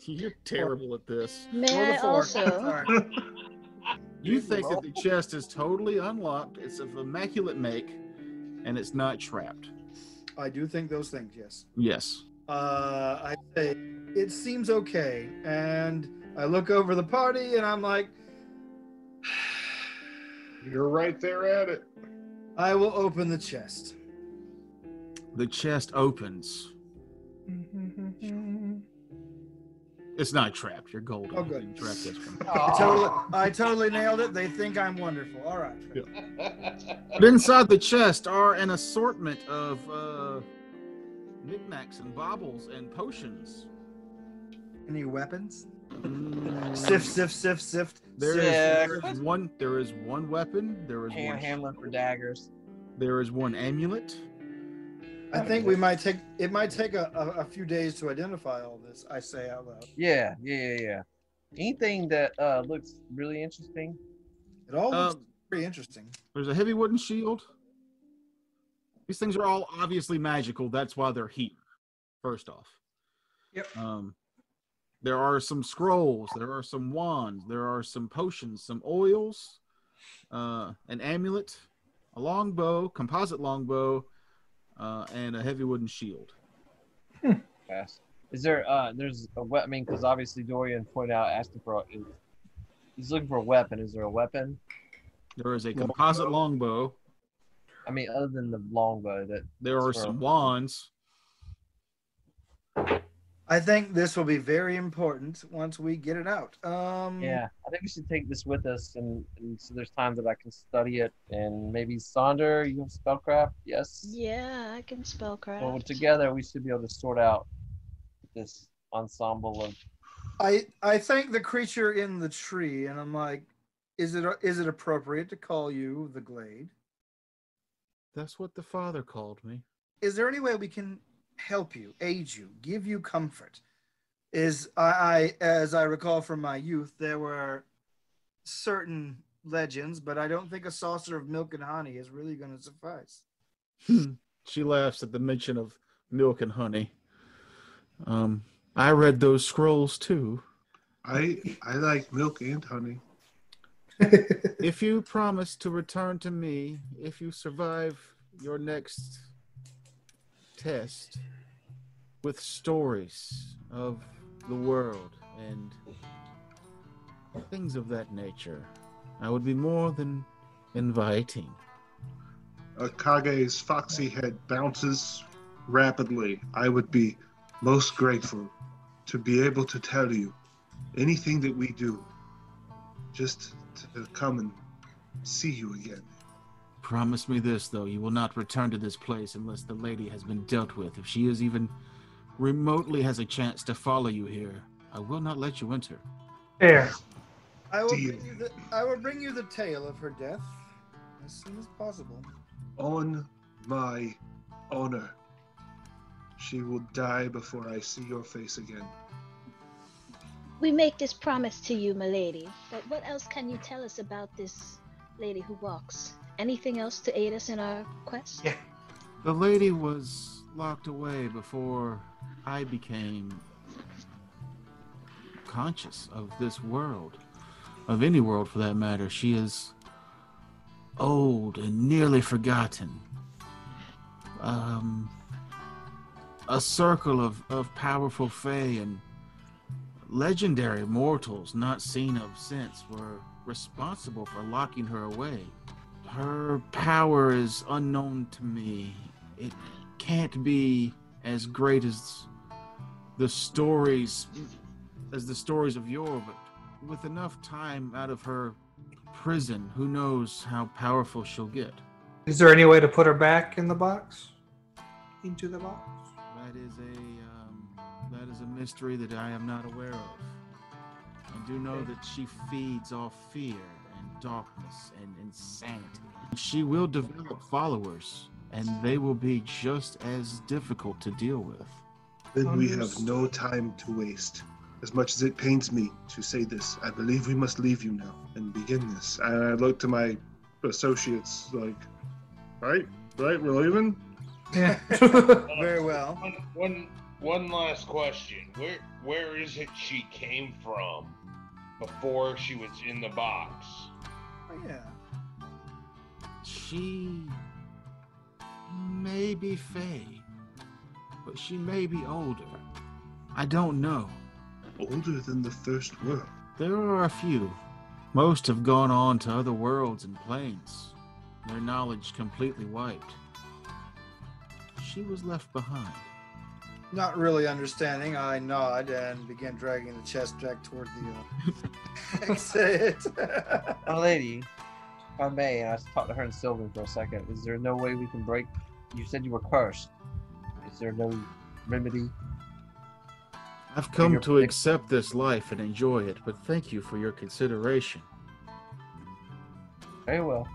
[SPEAKER 2] You're terrible at this.
[SPEAKER 7] roll
[SPEAKER 1] May
[SPEAKER 7] the
[SPEAKER 1] I
[SPEAKER 7] four.
[SPEAKER 1] also?
[SPEAKER 7] All right.
[SPEAKER 2] You think that the chest is totally unlocked, it's of immaculate make, and it's not trapped.
[SPEAKER 7] I do think those things. Yes.
[SPEAKER 2] Yes.
[SPEAKER 7] Uh, I say it seems okay, and I look over the party, and I'm like,
[SPEAKER 3] You're right there at it.
[SPEAKER 7] I will open the chest.
[SPEAKER 2] The chest opens. It's not trapped. You're golden.
[SPEAKER 7] Oh, good. Oh.
[SPEAKER 2] You can trap this one.
[SPEAKER 7] I totally, I totally nailed it. They think I'm wonderful. All right.
[SPEAKER 2] But inside the chest are an assortment of uh, knickknacks and baubles and potions.
[SPEAKER 7] Any weapons?
[SPEAKER 2] Mm,
[SPEAKER 7] Sift, sift, sift, sift.
[SPEAKER 2] There is,
[SPEAKER 7] sift.
[SPEAKER 4] Yeah.
[SPEAKER 2] there is one. There is one weapon. There is
[SPEAKER 4] Ham,
[SPEAKER 2] one.
[SPEAKER 4] Hamlin for daggers.
[SPEAKER 2] There is one amulet.
[SPEAKER 7] I think we might take. It might take a, a, a few days to identify all this. I say out loud.
[SPEAKER 4] Yeah, yeah, yeah, yeah. Anything that uh, looks really interesting.
[SPEAKER 7] It all looks
[SPEAKER 2] Um,
[SPEAKER 7] pretty interesting.
[SPEAKER 2] There's a heavy wooden shield. These things are all obviously magical. That's why they're here. First off.
[SPEAKER 5] Yep.
[SPEAKER 2] Um, there are some scrolls. There are some wands. There are some potions. Some oils. Uh, an amulet, a longbow, composite longbow, uh, and a heavy wooden shield.
[SPEAKER 4] Fast. Is there? Uh, there's a weapon. I mean, because obviously Dorian pointed out asking for. A, he's looking for a weapon. Is there a weapon?
[SPEAKER 2] There is a composite longbow.
[SPEAKER 4] I mean, other than the longbow that
[SPEAKER 2] There are
[SPEAKER 4] Sure.
[SPEAKER 2] some wands.
[SPEAKER 7] I think this will be very important once we get it out. Um,
[SPEAKER 4] Yeah, I think we should take this with us, and, and so there's time that I can study it, and maybe Sonder, you have spellcraft, yes.
[SPEAKER 1] Yeah, I can spellcraft.
[SPEAKER 4] Well, together we should be able to sort out this ensemble of.
[SPEAKER 7] I I think the creature in the tree, and I'm like, is it is it appropriate to call you the Glade?
[SPEAKER 2] That's what the father called me.
[SPEAKER 7] Is there any way we can help you, aid you, give you comfort? Is I, I as I recall from my youth, there were certain legends, but I don't think a saucer of milk and honey is really going to suffice.
[SPEAKER 2] Hmm. she laughs at the mention of milk and honey. Um, I read those scrolls too.
[SPEAKER 3] I I like milk and honey.
[SPEAKER 2] If you promise to return to me, if you survive your next test with stories of the world and things of that nature, I would be more than inviting.
[SPEAKER 3] Akage's foxy head bounces rapidly. I would be most grateful to be able to tell you anything that we do. Just to come and see you again.
[SPEAKER 2] Promise me this, though. You will not return to this place unless the lady has been dealt with. If she is even remotely has a chance to follow you here, I will not let you enter.
[SPEAKER 5] Fair.
[SPEAKER 7] I will
[SPEAKER 3] Deal.
[SPEAKER 7] bring you the, I will bring you the tale of her death as soon as possible.
[SPEAKER 3] On my honor, she will die before I see your face again.
[SPEAKER 1] We make this promise to you, milady. But what else can you tell us about this lady who walks? Anything else to aid us in our quest?
[SPEAKER 5] Yeah.
[SPEAKER 2] The lady was locked away before I became conscious of this world, of any world for that matter. She is old and nearly forgotten. Um, a circle of, of powerful fae and legendary mortals not seen of since were responsible for locking her away. Her power is unknown to me. It can't be as great as the stories as the stories of yore, but with enough time out of her prison, who knows how powerful she'll get.
[SPEAKER 5] Is there any way to put her back in the box? Into the box?
[SPEAKER 2] That is a um, that is a mystery that I am not aware of. I do know that she feeds off fear and darkness and insanity. She will develop followers, and they will be just as difficult to deal with.
[SPEAKER 3] Then we have
[SPEAKER 5] Understood.
[SPEAKER 3] no time to waste. As much as it pains me to say this, I believe we must leave you now and begin this. And I look to my associates like, right, right, we're leaving.
[SPEAKER 5] Yeah.
[SPEAKER 7] Very well.
[SPEAKER 6] One, one, one last question. Where where is it she came from before she was in the box?
[SPEAKER 7] Oh, Yeah.
[SPEAKER 2] She may be Faye, but she may be older. I don't know.
[SPEAKER 3] Older than the first world.
[SPEAKER 2] There are a few. Most have gone on to other worlds and planes, their knowledge completely wiped. She was left behind.
[SPEAKER 7] Not really understanding, I nod and begin dragging the chest back toward the uh, exit.
[SPEAKER 4] My lady, if I may, and I talked to her and Sylvan for a second. Is there no way we can break? You said you were cursed. Is there no remedy?
[SPEAKER 2] I've come
[SPEAKER 4] your
[SPEAKER 2] to
[SPEAKER 4] pick-
[SPEAKER 2] accept this life and enjoy it, but thank you for your consideration.
[SPEAKER 4] Very well.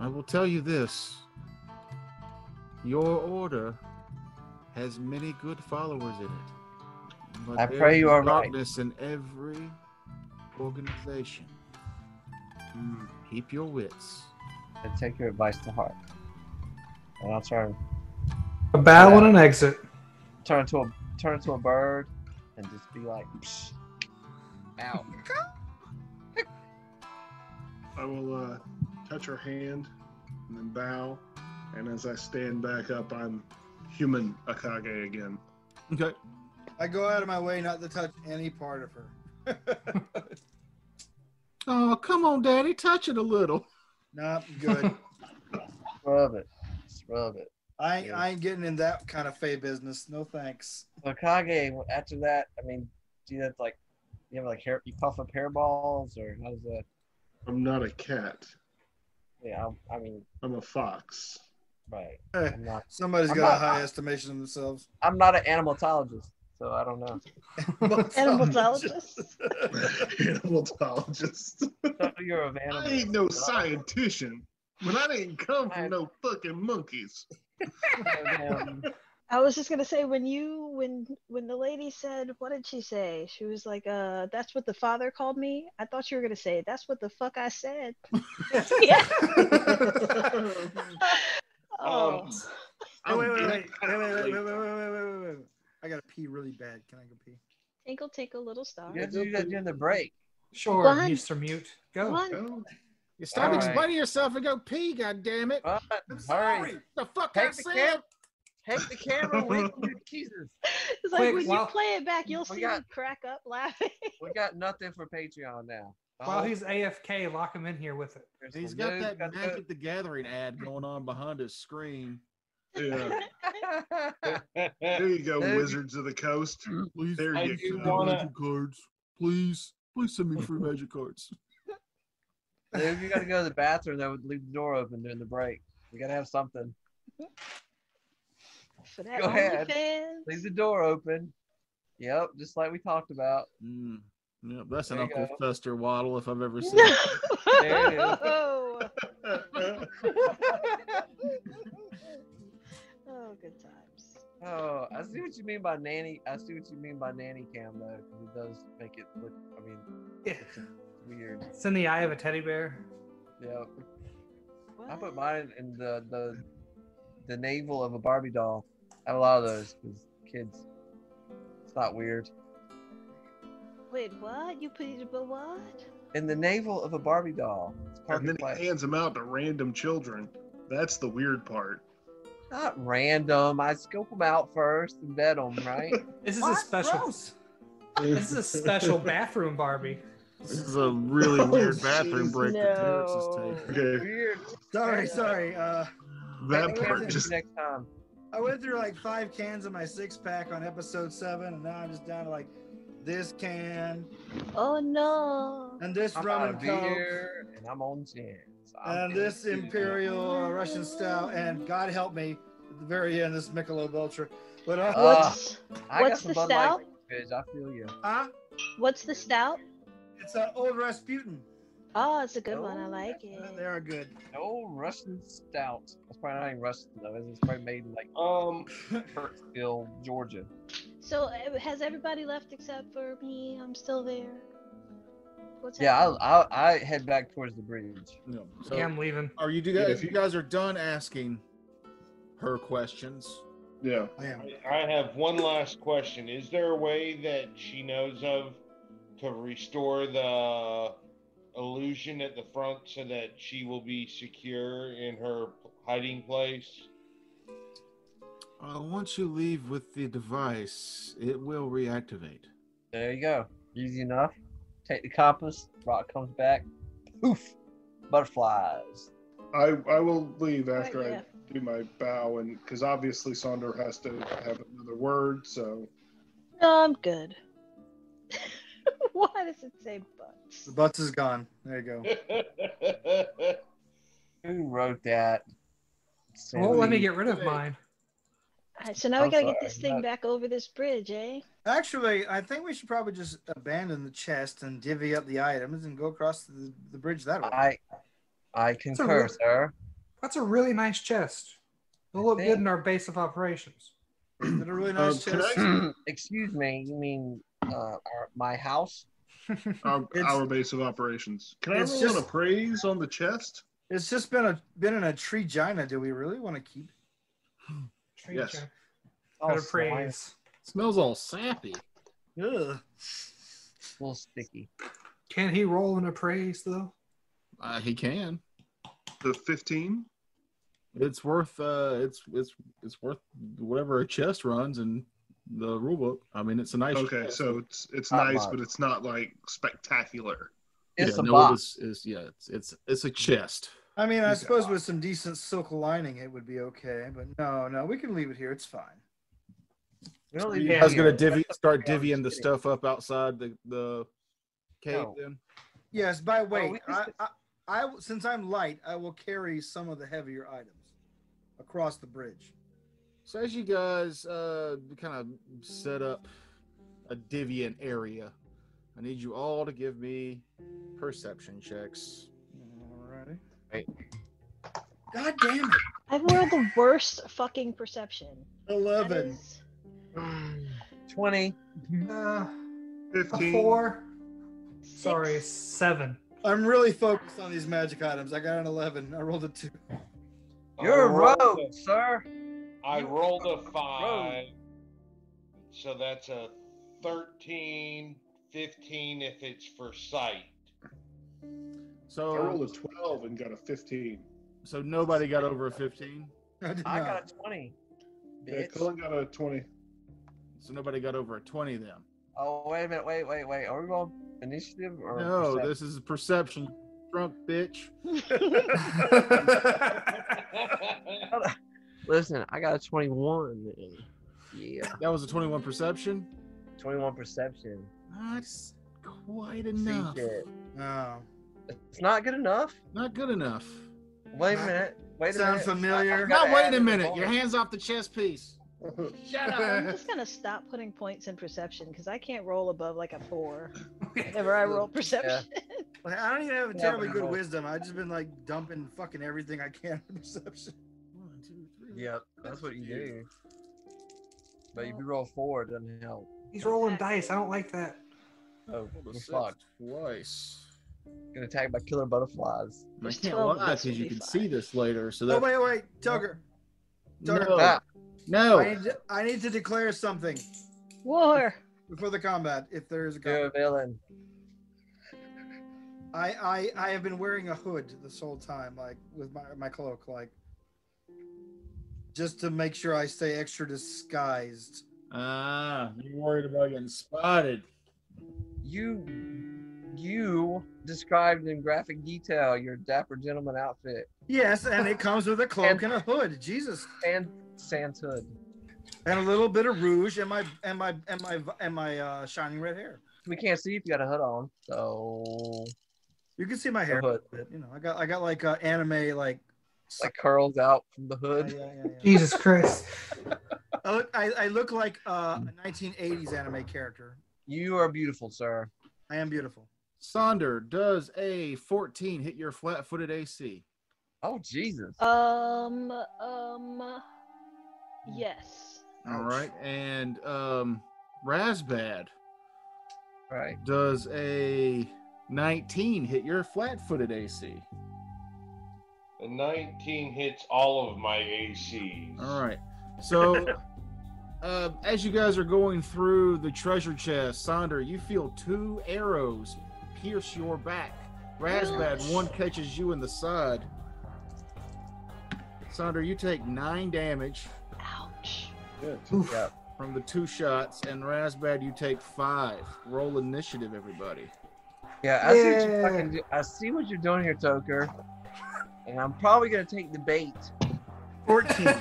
[SPEAKER 2] I will tell you this your order has many good followers in it. But
[SPEAKER 4] I
[SPEAKER 2] there
[SPEAKER 4] pray you
[SPEAKER 2] is
[SPEAKER 4] are right.
[SPEAKER 2] darkness in every organization.
[SPEAKER 3] Hmm.
[SPEAKER 2] Keep your wits.
[SPEAKER 4] And take your advice to heart. And I'll turn
[SPEAKER 5] a battle and an exit.
[SPEAKER 4] turn into a turn into a bird and just be like, Psh, ow.
[SPEAKER 3] I will uh, touch her hand and then bow. And as I stand back up, I'm human Akage again.
[SPEAKER 2] Okay.
[SPEAKER 7] I go out of my way not to touch any part of her.
[SPEAKER 2] Oh, come on, Daddy. Touch it a little.
[SPEAKER 7] not good.
[SPEAKER 4] Rub it. Just rub it.
[SPEAKER 7] I,
[SPEAKER 2] Yeah.
[SPEAKER 7] I ain't getting in that kind of fey business. No thanks.
[SPEAKER 4] So Kage, after that, I mean, do you have like, you have like hair, you puff up hairballs, or how does that?
[SPEAKER 3] I'm not a cat.
[SPEAKER 4] Yeah, I, I mean,
[SPEAKER 3] I'm a fox.
[SPEAKER 4] right.
[SPEAKER 7] Eh,
[SPEAKER 4] I'm not,
[SPEAKER 7] Somebody's
[SPEAKER 4] I'm
[SPEAKER 7] got a
[SPEAKER 4] not-
[SPEAKER 7] high estimation of themselves.
[SPEAKER 4] I'm not an animatologist, so I don't know.
[SPEAKER 1] Animatologist.
[SPEAKER 3] Animalologist.
[SPEAKER 4] So you're of animals.
[SPEAKER 3] I ain't no
[SPEAKER 4] but I'm
[SPEAKER 3] scientician. When I didn't come
[SPEAKER 4] I-
[SPEAKER 3] from no fucking monkeys.
[SPEAKER 4] of them.
[SPEAKER 1] I was just gonna say when you when when the lady said what did she say? She was like, "Uh, that's what the father called me." I thought you were gonna say, "That's what the fuck I said." yeah. oh,
[SPEAKER 6] Um,
[SPEAKER 7] Hey, wait,
[SPEAKER 3] I'm
[SPEAKER 7] wait, wait,
[SPEAKER 3] dead.
[SPEAKER 7] wait, wait, wait, wait, wait, wait, wait, wait, wait, wait, wait. I gotta pee really bad. Can I go pee?
[SPEAKER 1] tinkle tinkle little star.
[SPEAKER 4] You have to do that during the break.
[SPEAKER 5] Sure,
[SPEAKER 1] One.
[SPEAKER 5] Mr. Mute. Go.
[SPEAKER 1] One.
[SPEAKER 3] Oh,
[SPEAKER 2] You stop
[SPEAKER 4] All right.
[SPEAKER 2] explaining yourself and go pee, God damn it!
[SPEAKER 4] But, hurry.
[SPEAKER 2] The fuck I
[SPEAKER 4] Take the,
[SPEAKER 2] said.
[SPEAKER 4] cam- take the camera with you, Jesus.
[SPEAKER 1] It's like
[SPEAKER 5] Quick,
[SPEAKER 1] when
[SPEAKER 5] while-
[SPEAKER 1] you play it back, you'll
[SPEAKER 4] We
[SPEAKER 1] see
[SPEAKER 4] got-
[SPEAKER 1] me crack up laughing.
[SPEAKER 4] We got nothing for Patreon now. The
[SPEAKER 5] While
[SPEAKER 4] whole-
[SPEAKER 5] he's AFK, lock him in here with it.
[SPEAKER 4] there's
[SPEAKER 2] He's
[SPEAKER 4] the
[SPEAKER 2] got
[SPEAKER 4] news,
[SPEAKER 2] that
[SPEAKER 4] got
[SPEAKER 2] Magic the Gathering ad going on behind his screen.
[SPEAKER 3] yeah.
[SPEAKER 4] the-
[SPEAKER 3] There you go,
[SPEAKER 4] There you-
[SPEAKER 3] Wizards of the Coast.
[SPEAKER 2] Please,
[SPEAKER 3] There
[SPEAKER 6] I
[SPEAKER 3] you
[SPEAKER 6] do
[SPEAKER 3] go.
[SPEAKER 6] wanna-
[SPEAKER 2] cards. Please, please send me free magic cards.
[SPEAKER 4] if you gotta go to the bathroom, I would leave the door open during the break. We gotta have something.
[SPEAKER 1] For that
[SPEAKER 4] Go ahead.
[SPEAKER 1] OnlyFans.
[SPEAKER 4] Leave the door open. Yep, just like we talked about.
[SPEAKER 2] Mm. Yeah, that's an
[SPEAKER 4] There you
[SPEAKER 2] Uncle
[SPEAKER 4] go.
[SPEAKER 2] Fester waddle if I've ever seen. it.
[SPEAKER 1] No. oh, good times.
[SPEAKER 4] Oh, I see what you mean by nanny. I see what you mean by nanny cam though, 'cause it does make it look. I mean,
[SPEAKER 5] Yeah.
[SPEAKER 4] weird.
[SPEAKER 5] It's in the eye of a teddy bear.
[SPEAKER 4] Yeah, I put
[SPEAKER 1] What?
[SPEAKER 4] mine in the the the navel of a Barbie doll. I have a lot of those because kids. It's not weird.
[SPEAKER 1] Wait, what? You put it, but what?
[SPEAKER 4] In the navel of a Barbie doll. It's
[SPEAKER 3] And
[SPEAKER 4] perfect.
[SPEAKER 3] then
[SPEAKER 4] place.
[SPEAKER 3] he hands them out to random children. That's the weird part.
[SPEAKER 4] Not random. I scope them out first and vet them, right?
[SPEAKER 5] This is a
[SPEAKER 4] What?
[SPEAKER 5] special.
[SPEAKER 4] Gross.
[SPEAKER 5] This is a special bathroom Barbie.
[SPEAKER 2] This is a really
[SPEAKER 3] Oh,
[SPEAKER 2] weird bathroom
[SPEAKER 3] jeez.
[SPEAKER 2] break that Terrence is taking.
[SPEAKER 3] Okay,
[SPEAKER 4] Weird.
[SPEAKER 7] Sorry, sorry. Uh,
[SPEAKER 3] that
[SPEAKER 4] Maybe we have
[SPEAKER 3] part
[SPEAKER 4] to
[SPEAKER 3] just
[SPEAKER 4] next time.
[SPEAKER 7] I went through like five cans of my six pack on episode seven, and now I'm just down to like this can
[SPEAKER 1] Oh no.
[SPEAKER 7] and this
[SPEAKER 4] I'm
[SPEAKER 7] rum
[SPEAKER 4] on
[SPEAKER 7] and coke
[SPEAKER 4] beer and I'm on gin. So I'm
[SPEAKER 7] and this
[SPEAKER 4] feeling good.
[SPEAKER 7] imperial uh, Russian stout, and God help me, at the very end this Michelob Ultra. But uh,
[SPEAKER 4] Uh,
[SPEAKER 1] What's
[SPEAKER 4] I
[SPEAKER 1] What's
[SPEAKER 4] got
[SPEAKER 1] the
[SPEAKER 4] some Bud Light
[SPEAKER 1] stout?
[SPEAKER 4] Bitch, I feel you.
[SPEAKER 7] huh?
[SPEAKER 1] what's the stout?
[SPEAKER 7] It's an old Rasputin.
[SPEAKER 1] Oh, it's a good one. I
[SPEAKER 4] Oh,
[SPEAKER 1] like
[SPEAKER 7] Uh, They
[SPEAKER 1] it.
[SPEAKER 7] are good.
[SPEAKER 4] No Russian stout. That's probably not even Russian though. is it? It's probably made in like
[SPEAKER 6] um,
[SPEAKER 4] Kirksville, Georgia.
[SPEAKER 1] So uh, has everybody left except for me? I'm still there. What's
[SPEAKER 4] Yeah,
[SPEAKER 1] happening?
[SPEAKER 4] I, I I head back towards the bridge.
[SPEAKER 2] No. So,
[SPEAKER 5] yeah, I'm leaving.
[SPEAKER 2] are you do
[SPEAKER 3] Yeah,
[SPEAKER 2] guys?
[SPEAKER 3] if
[SPEAKER 2] you
[SPEAKER 3] you-
[SPEAKER 2] guys are done asking her questions.
[SPEAKER 3] yeah.
[SPEAKER 7] I am.
[SPEAKER 6] I have one last question. Is there a way that she knows of to restore the illusion at the front so that she will be secure in her hiding place?
[SPEAKER 2] Uh, once you leave with the device, it will reactivate.
[SPEAKER 4] There you go. Easy enough. Take the compass. Rock comes back. Poof. Butterflies.
[SPEAKER 3] I, I will leave after
[SPEAKER 1] yeah.
[SPEAKER 3] I do my bow, and because obviously Sonder has to have another word, so
[SPEAKER 1] No, I'm good. Why does it say butts?
[SPEAKER 7] The butts is gone. There you go.
[SPEAKER 4] Who wrote that?
[SPEAKER 5] It won't let me
[SPEAKER 4] Sammy.
[SPEAKER 5] get rid of mine.
[SPEAKER 1] Alright, so now we
[SPEAKER 4] I'm
[SPEAKER 1] gotta get
[SPEAKER 4] sorry,
[SPEAKER 1] this thing
[SPEAKER 4] not-
[SPEAKER 1] back over this bridge, eh?
[SPEAKER 7] Actually, I think we should probably just abandon the chest and divvy up the items and go across the, the bridge that way.
[SPEAKER 4] I I concur,
[SPEAKER 5] real-
[SPEAKER 4] sir.
[SPEAKER 5] That's a really nice chest. It'll look good
[SPEAKER 4] Thanks.
[SPEAKER 5] in our base of operations.
[SPEAKER 7] Isn't it a really nice
[SPEAKER 3] Um, can
[SPEAKER 7] chest?
[SPEAKER 4] Excuse me. You mean uh, our, my house?
[SPEAKER 3] our,
[SPEAKER 7] It's-
[SPEAKER 3] our base of operations. Can I
[SPEAKER 7] it's
[SPEAKER 3] roll an
[SPEAKER 7] just-
[SPEAKER 3] appraise on the chest?
[SPEAKER 7] It's just been a been in a tree gina. Do we really want to keep?
[SPEAKER 5] Tree
[SPEAKER 3] Yes.
[SPEAKER 5] chest.
[SPEAKER 4] Oh,
[SPEAKER 5] Better
[SPEAKER 4] slime.
[SPEAKER 5] praise.
[SPEAKER 2] smells all sappy.
[SPEAKER 7] it? Ugh.
[SPEAKER 4] A little sticky.
[SPEAKER 5] Can he roll an appraise though?
[SPEAKER 2] Uh, he can.
[SPEAKER 3] The 15?
[SPEAKER 2] It's worth. Uh, it's it's it's worth whatever a chest runs in the rule book. I mean, it's a nice.
[SPEAKER 3] Okay,
[SPEAKER 2] chest.
[SPEAKER 3] so it's it's
[SPEAKER 4] Not
[SPEAKER 3] nice,
[SPEAKER 4] much.
[SPEAKER 3] but it's not like spectacular.
[SPEAKER 4] It's
[SPEAKER 2] yeah,
[SPEAKER 4] a
[SPEAKER 2] no,
[SPEAKER 4] box.
[SPEAKER 2] It is, is, yeah, it's it's it's a chest.
[SPEAKER 7] I mean, I
[SPEAKER 3] He's
[SPEAKER 7] suppose
[SPEAKER 3] got-
[SPEAKER 7] with some decent silk lining, it would be okay. But no, no, we can leave it here. It's fine.
[SPEAKER 4] Really,
[SPEAKER 5] Yeah,
[SPEAKER 2] I was gonna
[SPEAKER 4] that's
[SPEAKER 2] divvy,
[SPEAKER 4] the-
[SPEAKER 2] start
[SPEAKER 4] I was
[SPEAKER 2] divvying the
[SPEAKER 4] kidding.
[SPEAKER 2] stuff up outside the the cave.
[SPEAKER 4] No.
[SPEAKER 2] Then
[SPEAKER 7] Yes. By weight,
[SPEAKER 4] we
[SPEAKER 7] I,
[SPEAKER 4] just-
[SPEAKER 7] I, I, will- since I'm light, I will carry some of the heavier items across the bridge.
[SPEAKER 2] So as you guys uh, kind of set up a Divian area, I need you all to give me perception checks.
[SPEAKER 7] Alrighty.
[SPEAKER 4] Right.
[SPEAKER 7] God damn it!
[SPEAKER 1] I wore the worst fucking perception. That
[SPEAKER 7] Eleven.
[SPEAKER 1] is-
[SPEAKER 4] Twenty.
[SPEAKER 5] Uh, a
[SPEAKER 3] 15.
[SPEAKER 5] four. Sorry,
[SPEAKER 1] Six.
[SPEAKER 5] seven.
[SPEAKER 7] I'm really focused on these magic items. I got an eleven. I rolled a two.
[SPEAKER 4] You're a
[SPEAKER 6] I rolled
[SPEAKER 4] rogue, sir.
[SPEAKER 6] a- I
[SPEAKER 4] You
[SPEAKER 6] rolled
[SPEAKER 4] are a
[SPEAKER 6] a
[SPEAKER 4] rogue.
[SPEAKER 6] five. So that's a 13, 15 if it's for sight.
[SPEAKER 3] I
[SPEAKER 2] So
[SPEAKER 3] rolled a 12 and got a 15.
[SPEAKER 2] so nobody got over a fifteen.
[SPEAKER 7] I did
[SPEAKER 4] I
[SPEAKER 7] not.
[SPEAKER 4] got a twenty.
[SPEAKER 3] Yeah,
[SPEAKER 4] Bitch.
[SPEAKER 3] Cullen got a 20.
[SPEAKER 2] So nobody got over a twenty. Then
[SPEAKER 4] Oh wait a minute, wait, wait, wait. Are we going initiative or
[SPEAKER 2] no,
[SPEAKER 4] perception?
[SPEAKER 2] this is perception. Drunk bitch.
[SPEAKER 6] I
[SPEAKER 4] Listen, I got a twenty-one. Yeah,
[SPEAKER 2] That was a twenty-one perception.
[SPEAKER 4] twenty-one perception.
[SPEAKER 2] That's quite enough.
[SPEAKER 4] See shit.
[SPEAKER 7] No.
[SPEAKER 4] It's not good enough.
[SPEAKER 2] Not good enough.
[SPEAKER 4] Wait a minute. Wait a
[SPEAKER 7] Sound
[SPEAKER 4] minute.
[SPEAKER 7] familiar?
[SPEAKER 4] I- I gotta
[SPEAKER 2] Now wait a
[SPEAKER 4] add in the
[SPEAKER 2] minute. Your
[SPEAKER 4] bonus.
[SPEAKER 2] hands off the chess piece. Shut
[SPEAKER 1] I'm
[SPEAKER 2] up.
[SPEAKER 1] just gonna stop putting points in perception because I can't roll above like a four. Whenever I roll perception,
[SPEAKER 7] Like, I don't even have a
[SPEAKER 4] Yeah,
[SPEAKER 7] terribly
[SPEAKER 4] but
[SPEAKER 7] good
[SPEAKER 4] no.
[SPEAKER 7] wisdom. I've just been like dumping fucking everything I can in perception.
[SPEAKER 2] One, two, three.
[SPEAKER 4] Yep, that's what you do. But if you roll four, it doesn't help.
[SPEAKER 5] He's rolling dice. I don't like that.
[SPEAKER 4] Oh,
[SPEAKER 2] Rolled a
[SPEAKER 4] we're
[SPEAKER 2] six
[SPEAKER 4] fucked.
[SPEAKER 2] Twice.
[SPEAKER 4] Get attacked by killer butterflies.
[SPEAKER 2] I
[SPEAKER 1] There's
[SPEAKER 2] can't
[SPEAKER 1] 12 of
[SPEAKER 2] lie
[SPEAKER 1] us,
[SPEAKER 2] because you
[SPEAKER 1] we'll be
[SPEAKER 2] can
[SPEAKER 1] fine.
[SPEAKER 2] see this later. So
[SPEAKER 7] Oh
[SPEAKER 2] that
[SPEAKER 7] wait, wait, Tugger. Tugger.
[SPEAKER 2] no,
[SPEAKER 4] Ah,
[SPEAKER 7] I,
[SPEAKER 2] no.
[SPEAKER 7] need to, I need to declare something
[SPEAKER 1] war.
[SPEAKER 7] before the combat. If there is a
[SPEAKER 4] you're a
[SPEAKER 7] combat,
[SPEAKER 4] villain.
[SPEAKER 7] I, I I have been wearing a hood this whole time, like with my my cloak, like just to make sure I stay extra disguised.
[SPEAKER 2] Ah, you're worried about getting spotted.
[SPEAKER 4] You, you described in graphic detail your dapper gentleman outfit
[SPEAKER 7] Yes, and it comes with a cloak and a hood. Jesus,
[SPEAKER 4] and sans hood.
[SPEAKER 7] and a little bit of rouge and my and my and my and my uh, shining red hair.
[SPEAKER 4] We can't see if you got a hood on, so
[SPEAKER 7] You can see my
[SPEAKER 4] the
[SPEAKER 7] hair.
[SPEAKER 4] hood
[SPEAKER 7] You know, I got I got like uh, anime like
[SPEAKER 4] like curls out from the hood.
[SPEAKER 7] Yeah, yeah, yeah, yeah.
[SPEAKER 5] Jesus Christ.
[SPEAKER 7] I look, I, I look like uh, a 1980s anime character.
[SPEAKER 4] You are beautiful, sir.
[SPEAKER 7] I am beautiful.
[SPEAKER 2] Sonder, does a 14 hit your flat footed AC?
[SPEAKER 4] Oh Jesus!
[SPEAKER 1] Um, um, yes.
[SPEAKER 2] All
[SPEAKER 7] Ouch.
[SPEAKER 2] right. And um, Razbad,
[SPEAKER 4] Right.
[SPEAKER 2] does a 19 hit your flat footed AC?
[SPEAKER 6] The 19 hits all of my ACs.
[SPEAKER 2] All right. So, uh, as you guys are going through the treasure chest, Sonder, you feel two arrows pierce your back. Razbad, one catches you in the side. Sonder, you take nine damage
[SPEAKER 1] Ouch.
[SPEAKER 5] Oof.
[SPEAKER 4] Yeah.
[SPEAKER 2] from the two shots, and Razbad, you take five. Roll initiative, everybody.
[SPEAKER 4] Yeah, I see what you
[SPEAKER 5] Yeah.
[SPEAKER 4] fucking do. I see what you're doing here, Toker. And I'm probably gonna take the bait.
[SPEAKER 7] 14.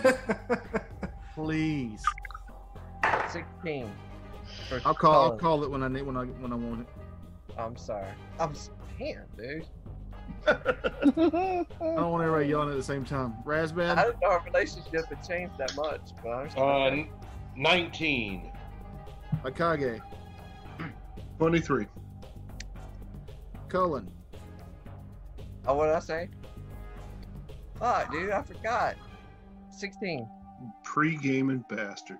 [SPEAKER 2] Please,
[SPEAKER 4] Sixteen. for
[SPEAKER 2] I'll call. I'll
[SPEAKER 4] Colin.
[SPEAKER 2] call it when I need when I when I want it.
[SPEAKER 4] I'm sorry. I'm s- damn, dude.
[SPEAKER 2] I don't want everybody yelling at the same time.
[SPEAKER 4] I
[SPEAKER 2] Razbad,
[SPEAKER 4] don't know our relationship had changed that much, but I'm just
[SPEAKER 6] Uh, n- 19.
[SPEAKER 2] Akage,
[SPEAKER 3] 23.
[SPEAKER 2] Cullen,
[SPEAKER 4] oh, what did I say? Fuck, dude, I forgot. Sixteen.
[SPEAKER 3] Pre-gaming bastard.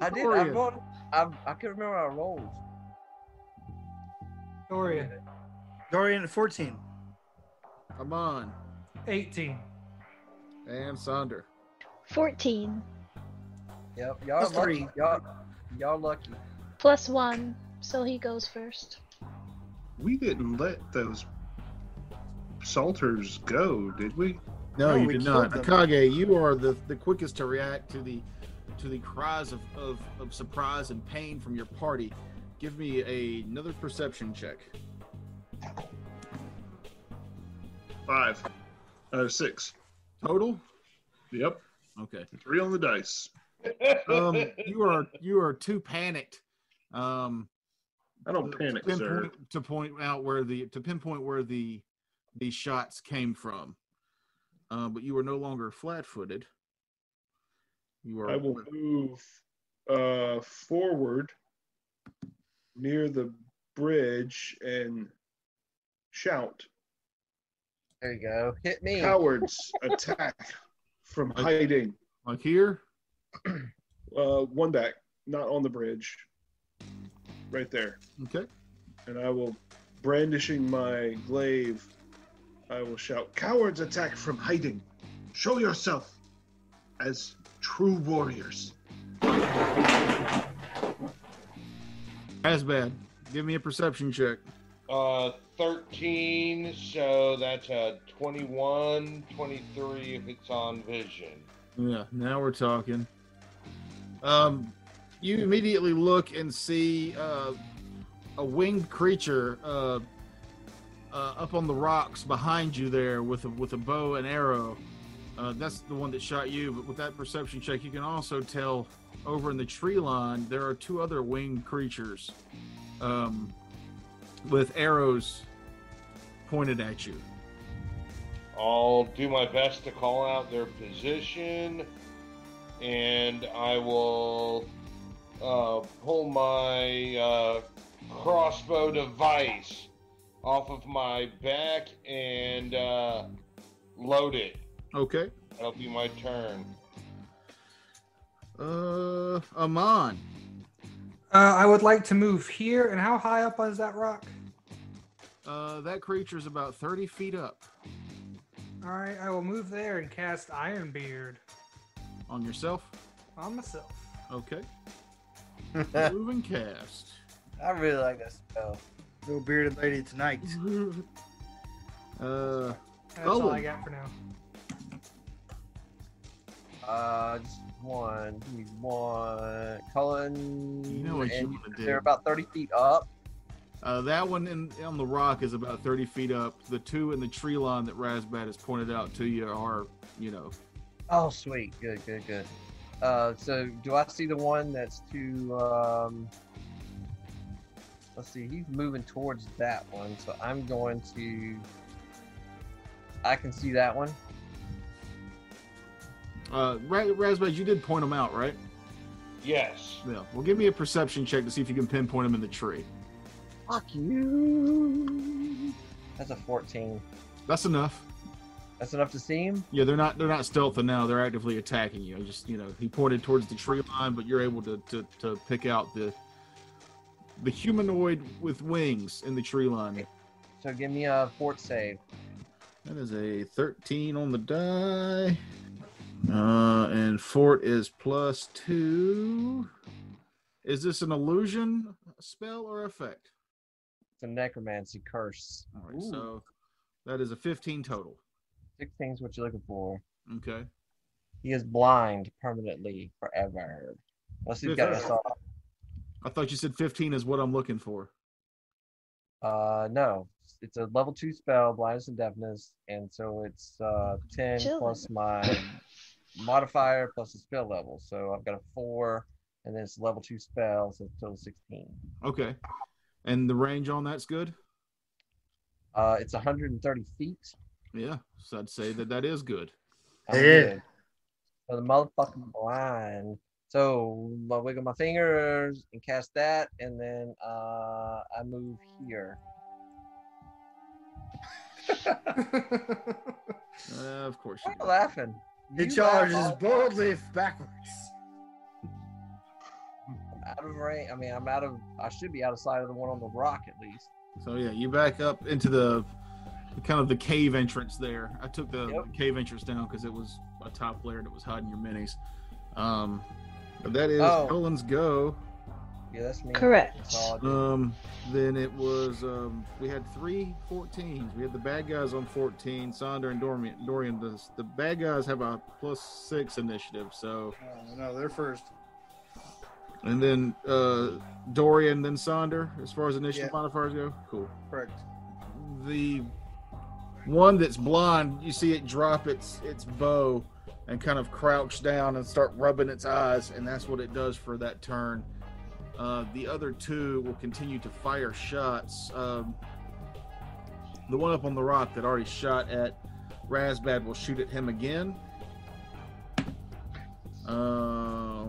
[SPEAKER 4] I did. I
[SPEAKER 2] Dorian.
[SPEAKER 4] rolled. I I can remember what I rolled.
[SPEAKER 5] Dorian,
[SPEAKER 7] Dorian, 14.
[SPEAKER 2] Amon,
[SPEAKER 5] 18.
[SPEAKER 2] and Sonder.
[SPEAKER 1] Fourteen
[SPEAKER 4] Yep. Y'all
[SPEAKER 7] Plus
[SPEAKER 4] lucky.
[SPEAKER 7] three.
[SPEAKER 4] Y'all, y'all lucky.
[SPEAKER 1] plus one, so he goes first.
[SPEAKER 3] We didn't let those salters go, did we?
[SPEAKER 2] No,
[SPEAKER 7] No,
[SPEAKER 2] you
[SPEAKER 7] we
[SPEAKER 2] did
[SPEAKER 7] killed
[SPEAKER 2] not.
[SPEAKER 7] them.
[SPEAKER 2] Akage, you are the, the quickest to react to the to the cries of, of, of surprise and pain from your party. Give me a, another perception check.
[SPEAKER 3] Five. Uh, six.
[SPEAKER 2] Total?
[SPEAKER 3] Yep.
[SPEAKER 2] Okay.
[SPEAKER 3] Three on the dice.
[SPEAKER 2] Um, you are you are too panicked. Um,
[SPEAKER 3] I don't
[SPEAKER 2] to-
[SPEAKER 3] panic,
[SPEAKER 2] to
[SPEAKER 3] sir.
[SPEAKER 2] pinpoint, to point out where the to pinpoint where the the shots came from. Uh, but you are no longer flat-footed. You are
[SPEAKER 3] I will move uh, forward near the bridge and shout,
[SPEAKER 4] There you go. Hit me.
[SPEAKER 3] "Cowards, attack from hiding!"
[SPEAKER 2] like here.
[SPEAKER 3] Uh, one back, not on the bridge, right there.
[SPEAKER 2] Okay.
[SPEAKER 3] And I will, brandishing my glaive, I will shout, "Cowards, attack from hiding! Show yourself as true warriors!"
[SPEAKER 2] As bad. Give me a perception check.
[SPEAKER 6] Uh, 13, so that's a 21, 23 if it's on vision.
[SPEAKER 2] Yeah, now we're talking. Um, you immediately look and see uh, a winged creature uh, uh, up on the rocks behind you there with a, with a bow and arrow. Uh, that's the one that shot you. But with that perception check, you can also tell over in the tree line there are two other winged creatures um, with arrows pointed at you.
[SPEAKER 6] I'll do my best to call out their position, and I will uh, pull my uh, crossbow device off of my back and uh, load it.
[SPEAKER 2] Okay.
[SPEAKER 6] That'll be my turn.
[SPEAKER 2] Uh, Amon.
[SPEAKER 5] Uh, I would like to move here. And how high up is that rock?
[SPEAKER 2] Uh, that creature's about 30 feet up
[SPEAKER 5] All right, I will move there and cast Iron Beard
[SPEAKER 2] on yourself.
[SPEAKER 5] on myself.
[SPEAKER 2] Okay. Move and cast.
[SPEAKER 4] I really like that spell.
[SPEAKER 7] No bearded lady tonight.
[SPEAKER 2] Uh,
[SPEAKER 5] That's all I
[SPEAKER 2] Golem.
[SPEAKER 5] got for now.
[SPEAKER 4] Uh, just one. Give me one. Cullen.
[SPEAKER 2] You know what you
[SPEAKER 4] and
[SPEAKER 2] wanna
[SPEAKER 4] said
[SPEAKER 2] do.
[SPEAKER 4] They're about 30 feet up.
[SPEAKER 2] uh, that one in, on the rock is about 30 feet up. The two in the tree line that Razbat has pointed out to you are, you know,
[SPEAKER 4] Oh, sweet. Good, good, good. Uh, so do I see the one that's to, um, let's see, he's moving towards that one. So I'm going to, I can see that one.
[SPEAKER 2] uh, Ra- Razbat, you did point them out, right?
[SPEAKER 6] Yes.
[SPEAKER 2] Yeah. Well, give me a perception check to see if you can pinpoint them in the tree.
[SPEAKER 4] Fuck you. That's a 14.
[SPEAKER 2] That's enough.
[SPEAKER 4] That's enough to see him?
[SPEAKER 2] Yeah, they're not they're not stealthing now. They're actively attacking you. I Just you know, he pointed towards the tree line, but you're able to to, to pick out the the humanoid with wings in the tree line.
[SPEAKER 4] So give me a fort save.
[SPEAKER 2] That is a 13 on the die. Uh, and fort is plus two. Is this an illusion spell or effect?
[SPEAKER 4] It's a necromancy curse.
[SPEAKER 2] All right, so that is a 15 total.
[SPEAKER 4] Six things what you're looking for.
[SPEAKER 2] Okay.
[SPEAKER 4] He is blind permanently forever. Unless he's got us all.
[SPEAKER 2] I thought you said 15 is what I'm looking for.
[SPEAKER 4] Uh, no, it's a level two spell, blindness and deafness, and so it's uh ten
[SPEAKER 1] Chill.
[SPEAKER 4] plus my modifier plus the spell level. So I've got a four, and then it's a level two spell, so it's total sixteen.
[SPEAKER 2] Okay. And the range on that's good?
[SPEAKER 4] Uh, it's 130 feet.
[SPEAKER 2] Yeah. So I'd say that that is good.
[SPEAKER 4] I'm
[SPEAKER 7] Yeah.
[SPEAKER 4] good. So the motherfucking blind. So I wiggle my fingers and cast that, and then uh, I move here.
[SPEAKER 2] Uh, of course. You
[SPEAKER 4] Why are you
[SPEAKER 2] do.
[SPEAKER 4] laughing?
[SPEAKER 7] He
[SPEAKER 4] You laugh
[SPEAKER 7] charges
[SPEAKER 4] all-
[SPEAKER 7] boldly backwards.
[SPEAKER 4] I'm out of range. I mean, I'm out of. I should be out of sight of the one on the rock at least.
[SPEAKER 2] So yeah, you back up into the kind of the cave entrance there. I took the
[SPEAKER 4] Yep.
[SPEAKER 2] cave entrance down because it was a top layer that was hiding your minis. Um, but that is
[SPEAKER 4] Oh.
[SPEAKER 2] Colin's go.
[SPEAKER 4] Yeah, that's me.
[SPEAKER 1] Correct.
[SPEAKER 4] That's all I do.
[SPEAKER 2] Um, then it was um, we had three 14s. We had the bad guys on 14. Sonder and Dorian. Dorian the, the bad guys have a plus six initiative. So
[SPEAKER 7] Oh, no, they're first.
[SPEAKER 2] and then uh, Dorian, then Sonder as far as initiative
[SPEAKER 7] Yeah.
[SPEAKER 2] modifiers go. Cool.
[SPEAKER 7] Correct.
[SPEAKER 2] the one that's blind, you see it drop its its bow and kind of crouch down and start rubbing its eyes, and that's what it does for that turn. Uh, the other two will continue to fire shots. Um, the one up on the rock that already shot at Razbad will shoot at him again. Uh,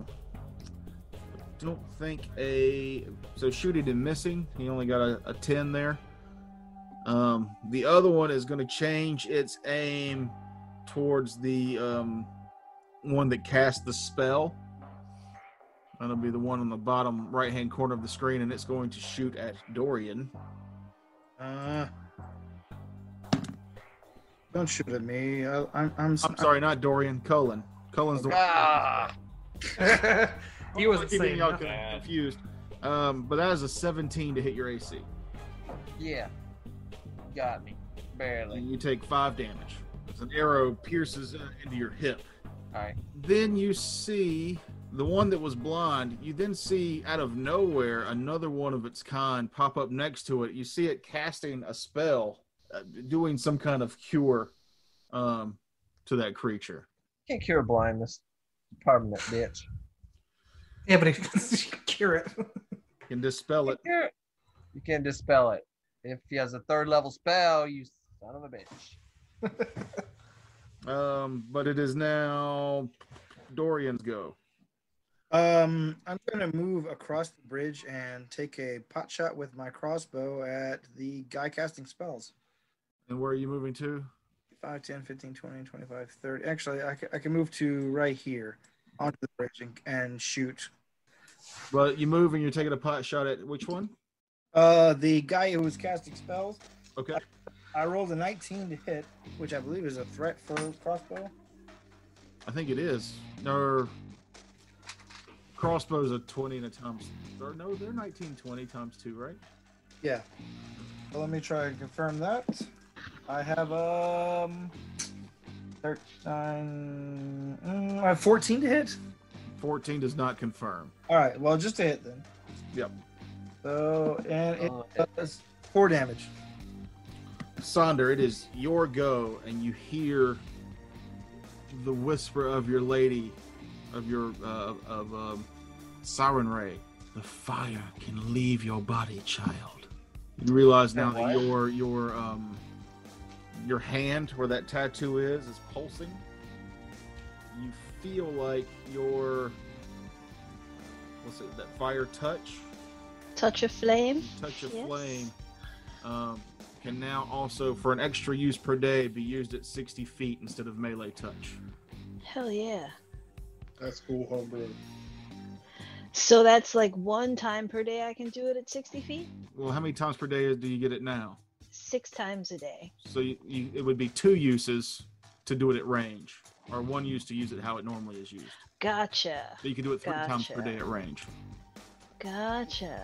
[SPEAKER 2] don't think a so shooting and missing. He only got a, a ten there. Um, the other one is going to change its aim towards the um, one that cast the spell. That'll be the one on the bottom right hand corner of the screen, and it's going to shoot at Dorian.
[SPEAKER 7] Uh, don't shoot at me. I, I'm, I'm,
[SPEAKER 2] I'm sorry, not Dorian, Cullen. Cullen's the
[SPEAKER 4] Ah,
[SPEAKER 5] he wasn't
[SPEAKER 2] keeping
[SPEAKER 5] saying
[SPEAKER 2] y'all
[SPEAKER 5] nothing.
[SPEAKER 2] con- confused. Um, but that is a 17 to hit your AC.
[SPEAKER 4] yeah. Got me. Barely.
[SPEAKER 2] And you take five damage. As an arrow pierces uh, into your hip.
[SPEAKER 4] Alright.
[SPEAKER 2] Then you see the one that was blind. You then see out of nowhere another one of its kind pop up next to it. You see it casting a spell, uh, doing some kind of cure um, to that creature.
[SPEAKER 4] Can't cure blindness. Permanent bitch.
[SPEAKER 5] Yeah, but he can cure it.
[SPEAKER 2] Can dispel it.
[SPEAKER 4] Yeah. You can't dispel it. If he has a third level spell, you son of a bitch.
[SPEAKER 2] Um, but it is now Dorian's go.
[SPEAKER 7] Um, I'm gonna move across the bridge and take a pot shot with my crossbow at the guy casting spells.
[SPEAKER 2] And where are you moving to?
[SPEAKER 7] 5, 10, 15, 20, 25, 30. Actually, I ca- I can move to right here onto the bridge and, and shoot.
[SPEAKER 2] But you move and you're taking a pot shot at which one?
[SPEAKER 7] Uh, the guy who was casting spells,
[SPEAKER 2] Okay.
[SPEAKER 7] I rolled a 19 to hit, which I believe is a threat for crossbow.
[SPEAKER 2] I think it is. Or crossbows are 20 and a times. Or no, they're 19, 20 times 2, right?
[SPEAKER 7] Yeah. Well, let me try and confirm that. I have um, 13. mm, I have 14 to hit.
[SPEAKER 2] 14 does not confirm.
[SPEAKER 7] All right. Well, just a hit then.
[SPEAKER 2] Yep.
[SPEAKER 7] So and it
[SPEAKER 4] Oh,
[SPEAKER 7] does four damage.
[SPEAKER 2] Sonder, it is your go, and you hear the whisper of your lady, of your, uh, of um, Siren Ray. The fire can leave your body, child. You realize now that
[SPEAKER 4] What?
[SPEAKER 2] your your um your hand where that tattoo is is pulsing. You feel like your what's it that fire touch
[SPEAKER 1] Touch of flame.
[SPEAKER 2] touch of
[SPEAKER 1] Yes.
[SPEAKER 2] flame um, can now also for an extra use per day be used at 60 feet instead of melee touch
[SPEAKER 1] Hell yeah.
[SPEAKER 3] That's cool, homebrew.
[SPEAKER 1] So that's like one time per day I can do it at 60 feet?
[SPEAKER 2] well how many times per day do you get it now
[SPEAKER 1] Six times a day.
[SPEAKER 2] so you, you, it would be two uses to do it at range or one use to use it how it normally is used
[SPEAKER 1] Gotcha.
[SPEAKER 2] but you can do it three times per
[SPEAKER 1] Gotcha.
[SPEAKER 2] day at range
[SPEAKER 1] Gotcha.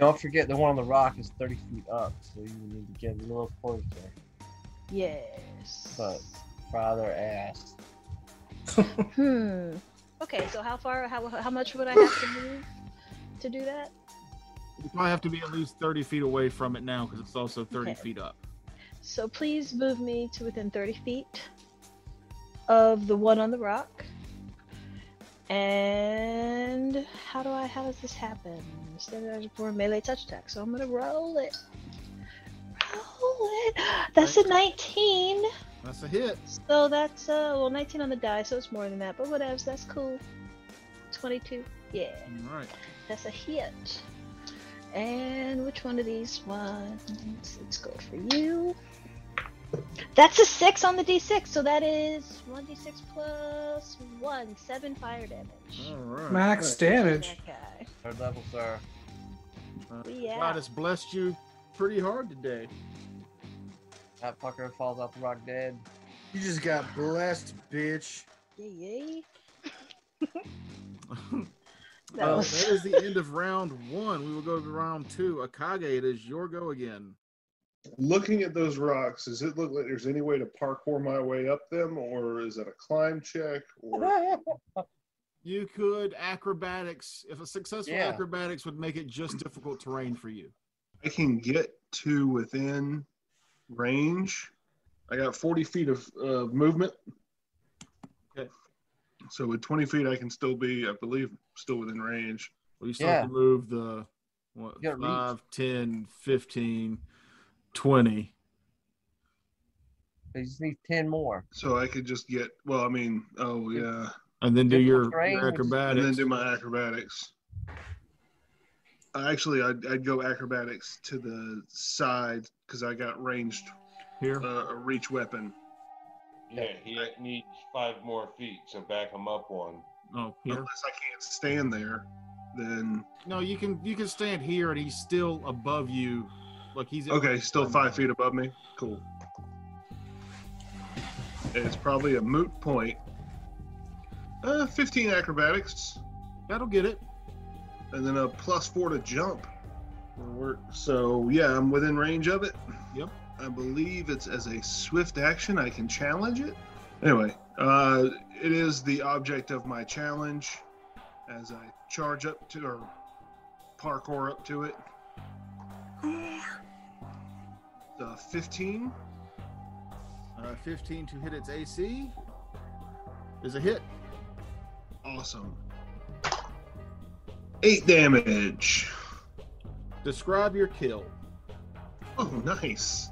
[SPEAKER 4] Don't forget the one on the rock is 30 feet up, so you need to get a little closer.
[SPEAKER 1] Yes.
[SPEAKER 4] But- Fry their ass.
[SPEAKER 1] Hmm. Okay, so how far, how, how much would I have to move to do that?
[SPEAKER 2] you probably have to be at least 30 feet away from it now because it's also 30
[SPEAKER 1] Okay.
[SPEAKER 2] feet up
[SPEAKER 1] So please move me to within 30 feet of the one on the rock. And how do I, how does this happen? Standard for melee touch attack, so I'm gonna roll it. Roll it! That's a 19!
[SPEAKER 2] that's a hit
[SPEAKER 1] So that's, uh, well, 19 on the die, so it's more than that, but whatever, that's cool. 22. Yeah,
[SPEAKER 2] all right
[SPEAKER 1] that's a hit. And which one of these ones? Let's go for you. That's a 6 on the d6, so that is 1d6 plus 1, 7 fire damage.
[SPEAKER 4] Mm.
[SPEAKER 2] all right
[SPEAKER 5] Max damage.
[SPEAKER 1] Okay.
[SPEAKER 4] Third level, sir.
[SPEAKER 2] uh,
[SPEAKER 1] Yeah.
[SPEAKER 2] god has blessed you pretty hard today
[SPEAKER 4] That fucker falls off the rock dead.
[SPEAKER 7] You just got blessed, bitch.
[SPEAKER 1] Yay, That
[SPEAKER 4] Oh,
[SPEAKER 2] Uh,
[SPEAKER 1] was-
[SPEAKER 2] that is the end of round one. We will go to round two. Akage, it is your go again.
[SPEAKER 3] Looking at those rocks, does it look like there's any way to parkour my way up them, or is it a climb check? Or
[SPEAKER 2] You could acrobatics. If a successful
[SPEAKER 4] Yeah.
[SPEAKER 2] acrobatics would make it just difficult terrain for you.
[SPEAKER 3] I can get to within range I got 40 feet of uh, movement.
[SPEAKER 2] Okay.
[SPEAKER 3] So with 20 feet, I can still be, I believe, still within range.
[SPEAKER 2] Well, you still have to move the what,
[SPEAKER 4] You gotta reach.
[SPEAKER 2] 5, 10, 15, 20.
[SPEAKER 4] They just need ten more.
[SPEAKER 3] So I could just get, well, I mean, oh, yeah.
[SPEAKER 2] And then do
[SPEAKER 4] Different
[SPEAKER 2] your,
[SPEAKER 4] terrain,
[SPEAKER 2] your
[SPEAKER 4] which-
[SPEAKER 2] acrobatics.
[SPEAKER 3] And then do my acrobatics. Uh, Actually, I'd, I'd go acrobatics to the side because I got ranged
[SPEAKER 2] Here.
[SPEAKER 3] uh, a reach weapon.
[SPEAKER 6] Yeah, he needs five more feet, so back him up one.
[SPEAKER 2] oh, here.
[SPEAKER 3] Unless I can't stand there, then
[SPEAKER 2] No, you can you can stand here, and he's still above you. Like he's at-
[SPEAKER 3] okay, still five feet above me. Cool. And it's probably a moot point. Uh, 15 acrobatics,
[SPEAKER 2] That'll get it.
[SPEAKER 3] and then a plus four to jump. will work. So yeah, I'm within range of it.
[SPEAKER 2] Yep.
[SPEAKER 3] I believe it's as a swift action. I can challenge it. Anyway, uh, it is the object of my challenge as I charge up to or parkour up to it. The 15.
[SPEAKER 2] Uh, 15 to hit its AC is a hit.
[SPEAKER 3] Awesome. Eight damage.
[SPEAKER 2] Describe your kill.
[SPEAKER 3] Oh, nice.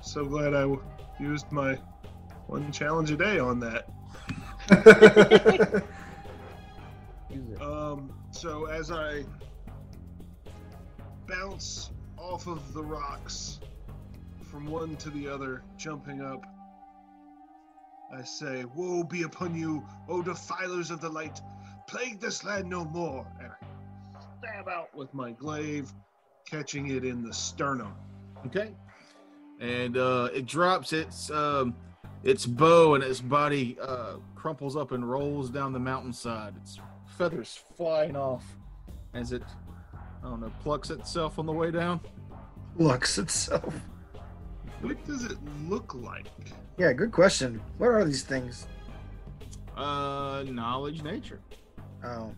[SPEAKER 3] So glad I w- used my one challenge a day on that.
[SPEAKER 4] Use it.
[SPEAKER 3] Um, so as I bounce off of the rocks from one to the other, jumping up, I say, Woe be upon you, O defilers of the light! Plague this land no more! And I stab out with my glaive, catching it in the sternum.
[SPEAKER 2] Okay. And uh, it drops its um, its bow and its body uh, crumples up and rolls down the mountainside. Its feathers flying off as it, I don't know, plucks itself on the way down.
[SPEAKER 7] Lux itself.
[SPEAKER 3] What does it look like?
[SPEAKER 7] Yeah, good question. Where are these things?
[SPEAKER 2] Uh, knowledge nature.
[SPEAKER 7] Oh,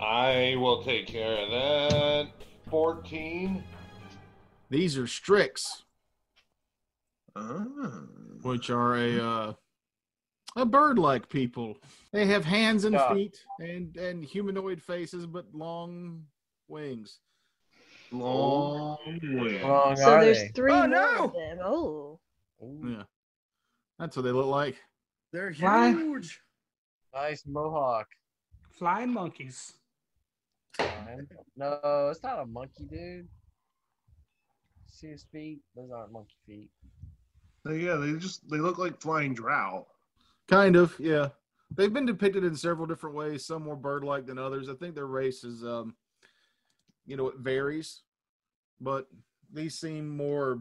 [SPEAKER 6] I will take care of that. 14.
[SPEAKER 2] These are strix,
[SPEAKER 3] Ah.
[SPEAKER 2] which are a uh, a bird-like people. They have hands and
[SPEAKER 4] Yeah.
[SPEAKER 2] feet and and humanoid faces, but long wings.
[SPEAKER 3] Oh. Long way.
[SPEAKER 4] How long
[SPEAKER 1] So
[SPEAKER 4] are
[SPEAKER 1] there's
[SPEAKER 4] they?
[SPEAKER 1] three
[SPEAKER 7] Oh,
[SPEAKER 1] more
[SPEAKER 7] no!
[SPEAKER 1] of them. Oh,
[SPEAKER 4] Ooh,
[SPEAKER 2] Yeah, that's what they look like.
[SPEAKER 7] they're
[SPEAKER 5] Why?
[SPEAKER 7] huge.
[SPEAKER 4] nice mohawk.
[SPEAKER 5] Flying monkeys.
[SPEAKER 4] man. No, it's not a monkey, dude. See his feet? Those aren't monkey feet.
[SPEAKER 3] So yeah, they just they look like flying drow.
[SPEAKER 2] Kind of, yeah. They've been depicted in several different ways. Some more bird-like than others. I think their race is, um, you know, it varies, but these seem more,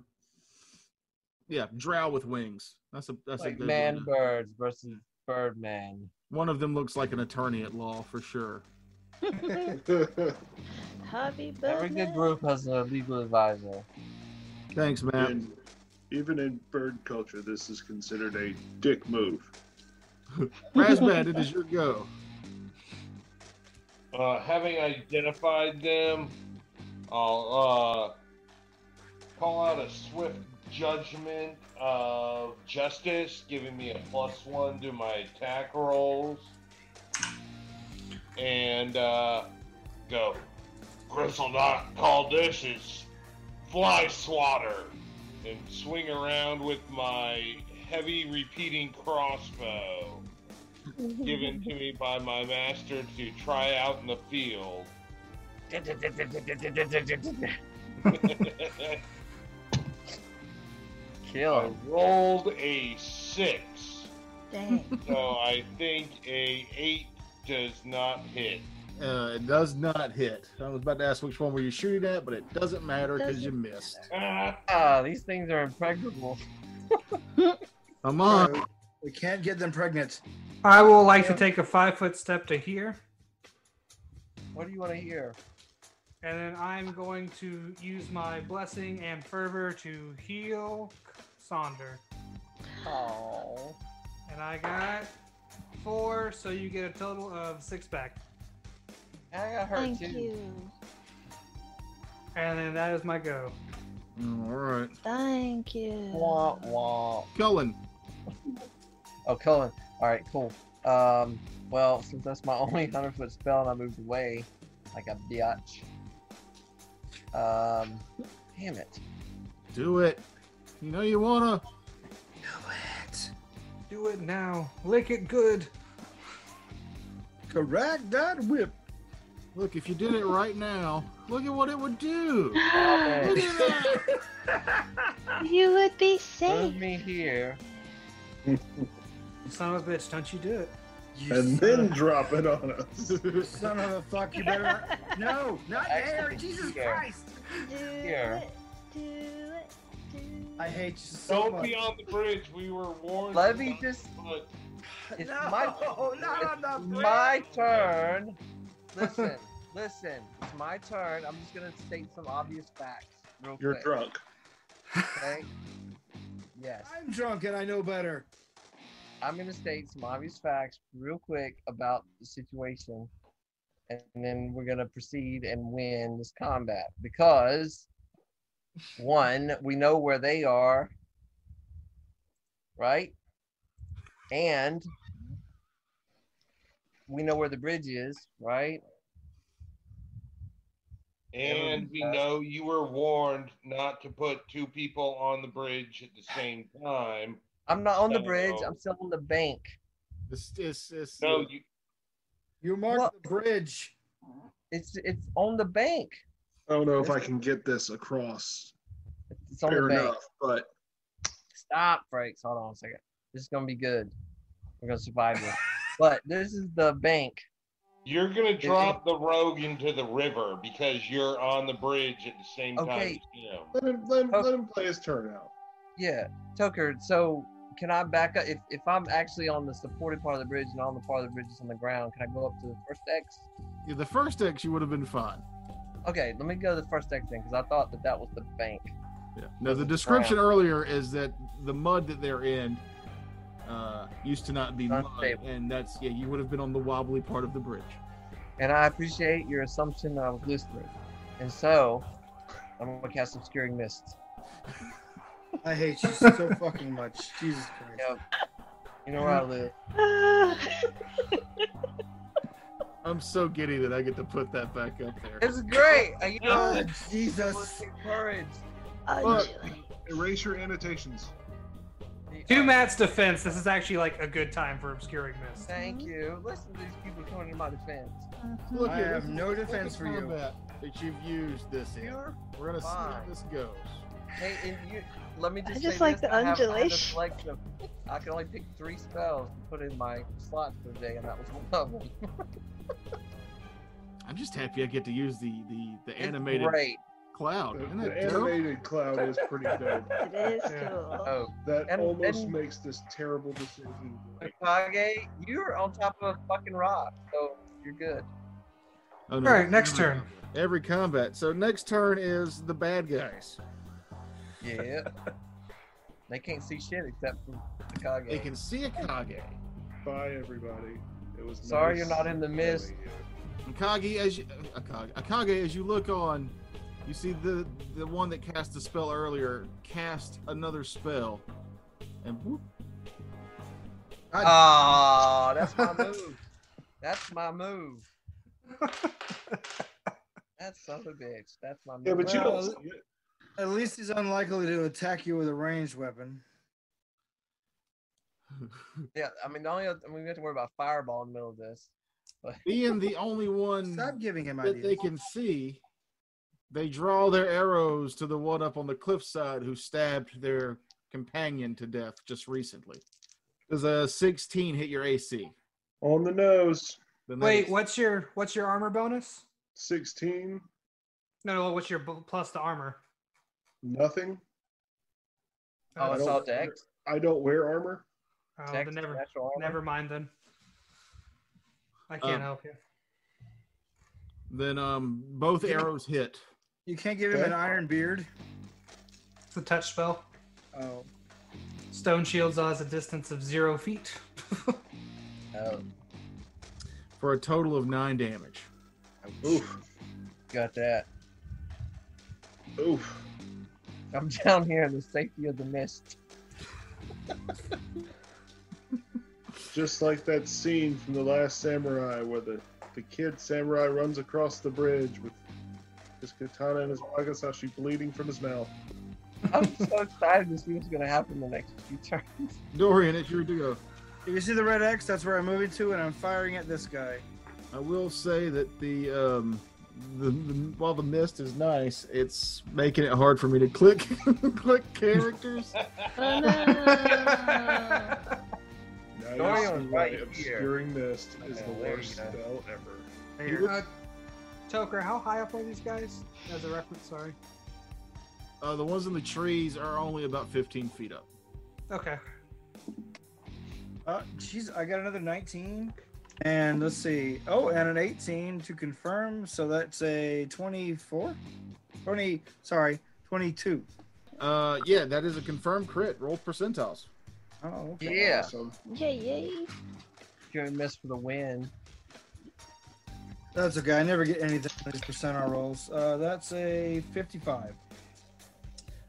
[SPEAKER 2] yeah, drow with wings. That's a that's a
[SPEAKER 4] Like
[SPEAKER 2] good
[SPEAKER 4] man
[SPEAKER 2] one.
[SPEAKER 4] birds versus bird man.
[SPEAKER 2] One of them looks like an attorney at law for sure.
[SPEAKER 1] Javi
[SPEAKER 4] Every good
[SPEAKER 1] Bellman.
[SPEAKER 4] group has a legal advisor.
[SPEAKER 2] Thanks, Matt.
[SPEAKER 3] And even in bird culture, this is considered a dick move.
[SPEAKER 2] Razbad, it is your go.
[SPEAKER 6] Uh, having identified them, I'll uh, call out a swift judgment of justice, giving me a plus one to my attack rolls. And uh, go. Grizzledot called this is fly swatter. And swing around with my heavy repeating crossbow given to me by my master to try out in the field. I
[SPEAKER 4] Kill.
[SPEAKER 6] rolled a six,
[SPEAKER 1] Dang.
[SPEAKER 6] so I think a eight does not hit.
[SPEAKER 2] Uh, it does not hit. I was about to ask which one were you shooting at, but it doesn't matter because you
[SPEAKER 1] Doesn't
[SPEAKER 2] missed.
[SPEAKER 6] Ah,
[SPEAKER 4] Ah, these things are impregnable.
[SPEAKER 2] Come on.
[SPEAKER 7] Uh, we can't get them pregnant.
[SPEAKER 5] I will like to take a five foot step to here,
[SPEAKER 4] What do you want to hear?
[SPEAKER 5] and then I'm going to use my blessing and fervor to heal Sonder.
[SPEAKER 4] Oh,
[SPEAKER 5] And I got four, so you get a total of six back.
[SPEAKER 4] I got hurt
[SPEAKER 1] Thank
[SPEAKER 4] too.
[SPEAKER 1] you.
[SPEAKER 5] And then that is my go.
[SPEAKER 2] All right.
[SPEAKER 1] Thank you.
[SPEAKER 4] Wah, wah.
[SPEAKER 2] Cullen.
[SPEAKER 4] Oh, Cullen. All right, cool. Um, well, since that's my only 100 foot spell and I moved away like a biatch. Um, damn it.
[SPEAKER 2] Do it. You know you wanna.
[SPEAKER 5] Do it now. Lick it good.
[SPEAKER 7] Correct that whip.
[SPEAKER 2] Look, if you did it right now, look at what it would do.
[SPEAKER 4] man.
[SPEAKER 2] Look at that.
[SPEAKER 1] you would be safe.
[SPEAKER 4] Move me here.
[SPEAKER 5] Son of a bitch, don't you do it.
[SPEAKER 7] You
[SPEAKER 3] And
[SPEAKER 7] son
[SPEAKER 3] then
[SPEAKER 7] of-
[SPEAKER 3] drop it on us.
[SPEAKER 7] son of a fuck, you better. No, not there.
[SPEAKER 4] Actually,
[SPEAKER 7] Jesus
[SPEAKER 4] yeah.
[SPEAKER 7] Christ.
[SPEAKER 1] Do
[SPEAKER 4] Here.
[SPEAKER 1] it. Do it. Do
[SPEAKER 7] I
[SPEAKER 1] it.
[SPEAKER 7] hate you so
[SPEAKER 6] Don't
[SPEAKER 7] much.
[SPEAKER 6] be on the bridge. We were warned.
[SPEAKER 4] Let me
[SPEAKER 6] not
[SPEAKER 4] just.
[SPEAKER 6] to look.
[SPEAKER 4] It's
[SPEAKER 7] no,
[SPEAKER 4] my-
[SPEAKER 7] not on the bridge.
[SPEAKER 4] My turn. Listen, listen. It's my turn. I'm just going to state some obvious facts real
[SPEAKER 3] You're
[SPEAKER 4] quick.
[SPEAKER 3] drunk.
[SPEAKER 4] Okay? Yes.
[SPEAKER 7] I'm drunk and I know better.
[SPEAKER 4] I'm going to state some obvious facts real quick about the situation, and then we're going to proceed and win this combat because one, we know where they are, right? And we know where the bridge is, right?
[SPEAKER 6] And we know you were warned not to put two people on the bridge at the same time.
[SPEAKER 4] I'm not on the bridge.
[SPEAKER 6] So-
[SPEAKER 4] I'm still on the bank.
[SPEAKER 2] It's, it's, it's,
[SPEAKER 6] No, you,
[SPEAKER 7] You marked
[SPEAKER 4] What?
[SPEAKER 7] the bridge.
[SPEAKER 4] It's it's on the bank.
[SPEAKER 3] I don't know if I can get this across
[SPEAKER 4] It's on
[SPEAKER 3] fair
[SPEAKER 4] the bank.
[SPEAKER 3] enough, but
[SPEAKER 4] stop breaks. Hold on a second. This is gonna be good. We're gonna survive this. but this is the bank.
[SPEAKER 6] you're gonna drop the rogue into the river because you're on the bridge at the same time.
[SPEAKER 4] Okay.
[SPEAKER 6] as him.
[SPEAKER 3] let him let him,
[SPEAKER 4] Oh.
[SPEAKER 3] let him play his turn out.
[SPEAKER 4] Yeah, Toker. So can I back up? If if I'm actually on the supported part of the bridge and on the part of the bridge that's on the ground, can I go up to the first X?
[SPEAKER 2] yeah, uh, the first X you would have been fine.
[SPEAKER 4] Okay, let me go to the first X then, because I thought that that was the bank.
[SPEAKER 2] Yeah. No, the description earlier is that the mud that they're in uh, used to not be mud,
[SPEAKER 4] Unstable.
[SPEAKER 2] and that's yeah, you would have been on the wobbly part of the bridge.
[SPEAKER 4] And I appreciate your assumption that I was listening. And so I'm gonna cast obscuring mist.
[SPEAKER 7] I hate you so fucking much. Jesus Christ.
[SPEAKER 4] Yep. You know where I live.
[SPEAKER 2] I'm so giddy that I get to put that back up there.
[SPEAKER 4] It's great. I- You know,
[SPEAKER 7] God, Jesus.
[SPEAKER 4] courage.
[SPEAKER 1] Undulate.
[SPEAKER 3] Erase your annotations.
[SPEAKER 5] To Matt's defense, this is actually like a good time for obscuring this.
[SPEAKER 4] Thank
[SPEAKER 1] Mm-hmm.
[SPEAKER 4] you. Listen to these people coming to my defense.
[SPEAKER 1] Uh-huh.
[SPEAKER 2] Look
[SPEAKER 7] I
[SPEAKER 2] at
[SPEAKER 7] have
[SPEAKER 2] this-
[SPEAKER 7] no
[SPEAKER 2] look at
[SPEAKER 7] defense
[SPEAKER 2] the
[SPEAKER 7] for you.
[SPEAKER 2] combat That you've used this in.
[SPEAKER 4] You're
[SPEAKER 2] We're gonna see how
[SPEAKER 4] fine.
[SPEAKER 2] this goes.
[SPEAKER 4] Hey, and you, let me
[SPEAKER 1] I
[SPEAKER 4] just.
[SPEAKER 1] just
[SPEAKER 4] say
[SPEAKER 1] like
[SPEAKER 4] this,
[SPEAKER 1] the
[SPEAKER 4] I have- I have a
[SPEAKER 1] undulation.
[SPEAKER 4] selection of- I can only pick three spells to put in my slots for the day, and that was one of them.
[SPEAKER 2] I'm just happy I get to use the the, the
[SPEAKER 4] It's
[SPEAKER 2] animated
[SPEAKER 4] Great. Oh,
[SPEAKER 3] The,
[SPEAKER 2] cloud. Isn't
[SPEAKER 3] the
[SPEAKER 2] that dope?
[SPEAKER 3] animated cloud is pretty dope.
[SPEAKER 1] It is
[SPEAKER 5] Yeah.
[SPEAKER 1] cool.
[SPEAKER 4] Oh,
[SPEAKER 3] That
[SPEAKER 4] And-
[SPEAKER 3] almost
[SPEAKER 4] and-
[SPEAKER 3] makes this terrible decision.
[SPEAKER 4] Kage, you're on top of a fucking rock, so you're good.
[SPEAKER 2] Oh, no.
[SPEAKER 5] All right, next
[SPEAKER 2] Every
[SPEAKER 5] turn.
[SPEAKER 2] combat. Every combat. So next turn is the bad guys.
[SPEAKER 4] Yeah. they can't see shit except for the
[SPEAKER 2] They
[SPEAKER 4] Kage.
[SPEAKER 2] can see a Kage.
[SPEAKER 3] Bye, everybody. It was.
[SPEAKER 4] Sorry
[SPEAKER 3] nice
[SPEAKER 4] you're not in the
[SPEAKER 3] knowing
[SPEAKER 4] mist.
[SPEAKER 3] you.
[SPEAKER 2] Akagi, as you, Akagi, Akagi, as you look on, you see the the one that cast the spell earlier cast another spell, and whoop,
[SPEAKER 4] Ah, that's my move. That's my move. That's son of a bitch. That's my move.
[SPEAKER 3] Yeah, but you
[SPEAKER 7] Well,
[SPEAKER 3] don't. see it.
[SPEAKER 7] At least he's unlikely to attack you with a ranged weapon.
[SPEAKER 4] Yeah, I mean, the only other, I mean, we have to worry about fireball in the middle of this.
[SPEAKER 2] being the only one
[SPEAKER 7] Stop giving him
[SPEAKER 2] that they
[SPEAKER 7] ideas.
[SPEAKER 2] can see, they draw their arrows to the one up on the cliffside who stabbed their companion to death just recently. Does a 16 hit your AC?
[SPEAKER 3] On the nose,
[SPEAKER 2] Then that
[SPEAKER 5] Wait,
[SPEAKER 2] is-
[SPEAKER 5] what's your what's your armor bonus?
[SPEAKER 3] sixteen.
[SPEAKER 5] No, no, what's your b- plus the armor?
[SPEAKER 3] Nothing.
[SPEAKER 4] Oh,
[SPEAKER 5] Uh,
[SPEAKER 4] it's
[SPEAKER 3] don't-
[SPEAKER 4] all Dex.
[SPEAKER 3] I don't wear armor.
[SPEAKER 5] oh,
[SPEAKER 4] Dex
[SPEAKER 5] then never,
[SPEAKER 4] natural armor.
[SPEAKER 5] never mind then. I can't
[SPEAKER 2] Um,
[SPEAKER 5] help you.
[SPEAKER 2] Then um, both arrows hit.
[SPEAKER 7] You can't give him an iron beard.
[SPEAKER 5] It's a touch spell.
[SPEAKER 7] Oh.
[SPEAKER 5] Stone shields us a distance of zero feet.
[SPEAKER 4] Oh,
[SPEAKER 2] for a total of nine damage.
[SPEAKER 3] Oof.
[SPEAKER 4] got that.
[SPEAKER 3] Oof.
[SPEAKER 4] I'm down here in the safety of the mist.
[SPEAKER 3] Just like that scene from The Last Samurai where the, the kid samurai runs across the bridge with his katana in his wagasashi bleeding from his mouth.
[SPEAKER 4] I'm so excited to see what's going to happen the next few turns.
[SPEAKER 2] Dorian, it's your to go.
[SPEAKER 7] You see the red X? That's where I'm moving to, and I'm firing at this guy.
[SPEAKER 2] I will say that the um, the, the while the mist is nice, it's making it hard for me to click click characters.
[SPEAKER 1] Oh, no.
[SPEAKER 3] Now you
[SPEAKER 4] Dorian
[SPEAKER 3] see
[SPEAKER 4] was
[SPEAKER 3] why
[SPEAKER 4] right
[SPEAKER 3] obscuring mist is
[SPEAKER 4] Yeah,
[SPEAKER 3] the
[SPEAKER 4] there you
[SPEAKER 3] worst
[SPEAKER 4] go.
[SPEAKER 3] spell ever.
[SPEAKER 7] Here.
[SPEAKER 5] Uh, Toker, how high up are these guys? As a reference, sorry.
[SPEAKER 2] Uh, the ones in the trees are only about 15 feet up.
[SPEAKER 5] Okay.
[SPEAKER 7] Uh, Jeez, I got another 19. And let's see. Oh, and an 18 to confirm. So that's a 24? 20, sorry, 22.
[SPEAKER 2] Uh, yeah, that is a confirmed crit. Roll percentiles.
[SPEAKER 7] Oh, okay.
[SPEAKER 4] Yeah,
[SPEAKER 3] Awesome.
[SPEAKER 1] Yay, yay.
[SPEAKER 4] going to miss for the win.
[SPEAKER 7] That's okay. I never get anything from these percentile rolls. Uh, that's a 55.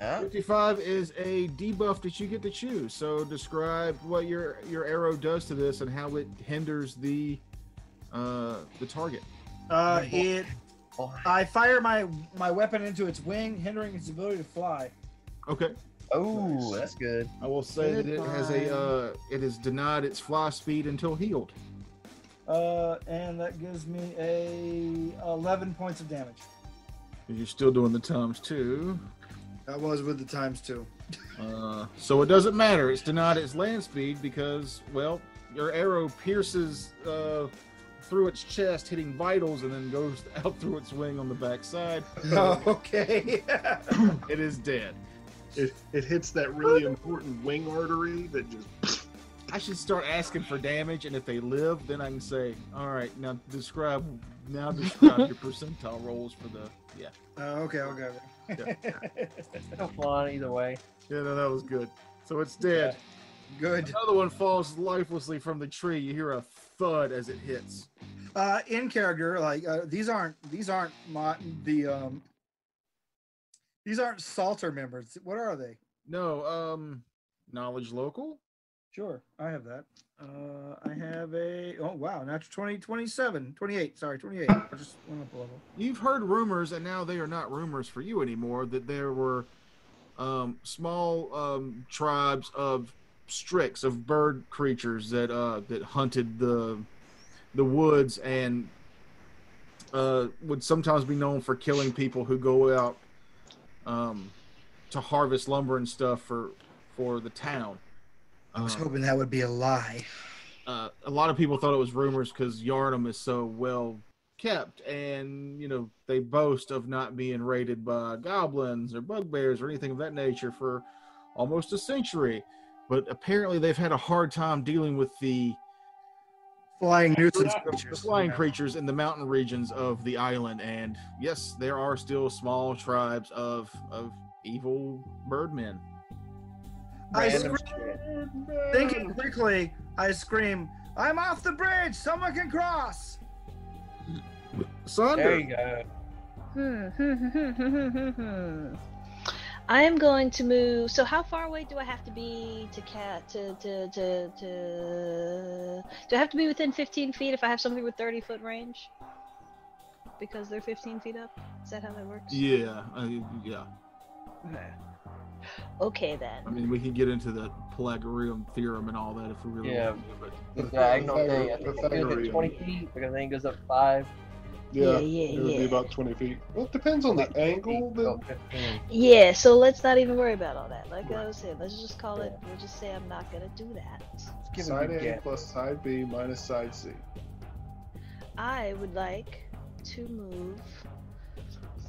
[SPEAKER 4] Huh?
[SPEAKER 2] 55 is a debuff that you get to choose. So describe what your your arrow does to this and how it hinders the uh, the target.
[SPEAKER 7] Uh, it.
[SPEAKER 4] Oh,
[SPEAKER 7] I fire my my weapon into its wing, hindering its ability to fly.
[SPEAKER 2] Okay.
[SPEAKER 4] oh, that's good.
[SPEAKER 2] I will say that it has a uh, it is denied its fly speed until healed.
[SPEAKER 7] Uh, and that gives me a 11 points of damage.
[SPEAKER 2] You're still doing the times two.
[SPEAKER 7] That was with the times two.
[SPEAKER 2] Uh, so it doesn't matter. It's denied its land speed because, well, your arrow pierces uh, through its chest, hitting vitals, and then goes out through its wing on the backside.
[SPEAKER 7] okay. Uh,
[SPEAKER 2] It is dead.
[SPEAKER 3] It, it hits that really important wing artery that just
[SPEAKER 2] I should start asking for damage, and if they live, then I can say, "All right, now describe, now describe your percentile rolls for the." Yeah,
[SPEAKER 7] Uh, okay, okay. okay.
[SPEAKER 4] Still fun either way.
[SPEAKER 2] yeah, no, that was good. So it's dead.
[SPEAKER 7] Good.
[SPEAKER 2] Another one falls lifelessly from the tree. You hear a thud as it hits.
[SPEAKER 7] Uh, in character, like uh, these aren't these aren't my the um these aren't Salter members. What are they?
[SPEAKER 2] No, um, knowledge local.
[SPEAKER 7] Sure, I have that. Uh, I have a oh wow, natural 20, 27, 28. Sorry, 28. I just went up a level.
[SPEAKER 2] You've heard rumors, and now they are not rumors for you anymore, that there were um, small um, tribes of strix of bird creatures that uh, that hunted the the woods and uh, would sometimes be known for killing people who go out um, to harvest lumber and stuff for for the town.
[SPEAKER 7] I was
[SPEAKER 2] Um,
[SPEAKER 7] hoping that would be a lie.
[SPEAKER 2] uh, a lot of people thought it was rumors because Yarnum is so well kept, and you know they boast of not being raided by goblins or bugbears or anything of that nature for almost a century. But apparently, they've had a hard time dealing with the,
[SPEAKER 7] Flying nuisance
[SPEAKER 2] the
[SPEAKER 7] creatures.
[SPEAKER 2] flying
[SPEAKER 7] Yeah.
[SPEAKER 2] creatures in the mountain regions of the island. And yes, there are still small tribes of of evil birdmen.
[SPEAKER 7] I
[SPEAKER 4] Random
[SPEAKER 7] scream-
[SPEAKER 4] shit.
[SPEAKER 7] Thinking quickly, I scream, "I'm off the bridge! Someone can cross!"
[SPEAKER 4] There
[SPEAKER 2] Sunder,
[SPEAKER 4] you go.
[SPEAKER 1] Hmm, I am going to move. So how far away do I have to be to cat to to to to? Do I have to be within 15 feet if I have something with 30 foot range? Because they're 15 feet up. Is that how that works?
[SPEAKER 2] yeah, I, yeah.
[SPEAKER 1] Okay
[SPEAKER 2] I
[SPEAKER 1] then.
[SPEAKER 2] mean, we can get into the Pythagorean theorem and all that if we really
[SPEAKER 4] Yeah.
[SPEAKER 2] want to, but
[SPEAKER 4] The diagonal thing. I think it's good at
[SPEAKER 3] Pythagorean.
[SPEAKER 4] 20 feet because I think it goes up 5.
[SPEAKER 1] Yeah, yeah,
[SPEAKER 3] it would be
[SPEAKER 1] yeah.
[SPEAKER 3] about 20 feet. Well, it depends on the angle.
[SPEAKER 4] Oh,
[SPEAKER 3] That,
[SPEAKER 4] 15.
[SPEAKER 1] Yeah. So let's not even worry about all that. Like I
[SPEAKER 2] Right.
[SPEAKER 1] was saying, let's just call it. We'll just say I'm not gonna do that.
[SPEAKER 4] Let's give
[SPEAKER 3] side
[SPEAKER 4] it
[SPEAKER 3] A
[SPEAKER 4] a guess.
[SPEAKER 3] plus side B minus side C.
[SPEAKER 1] I would like to move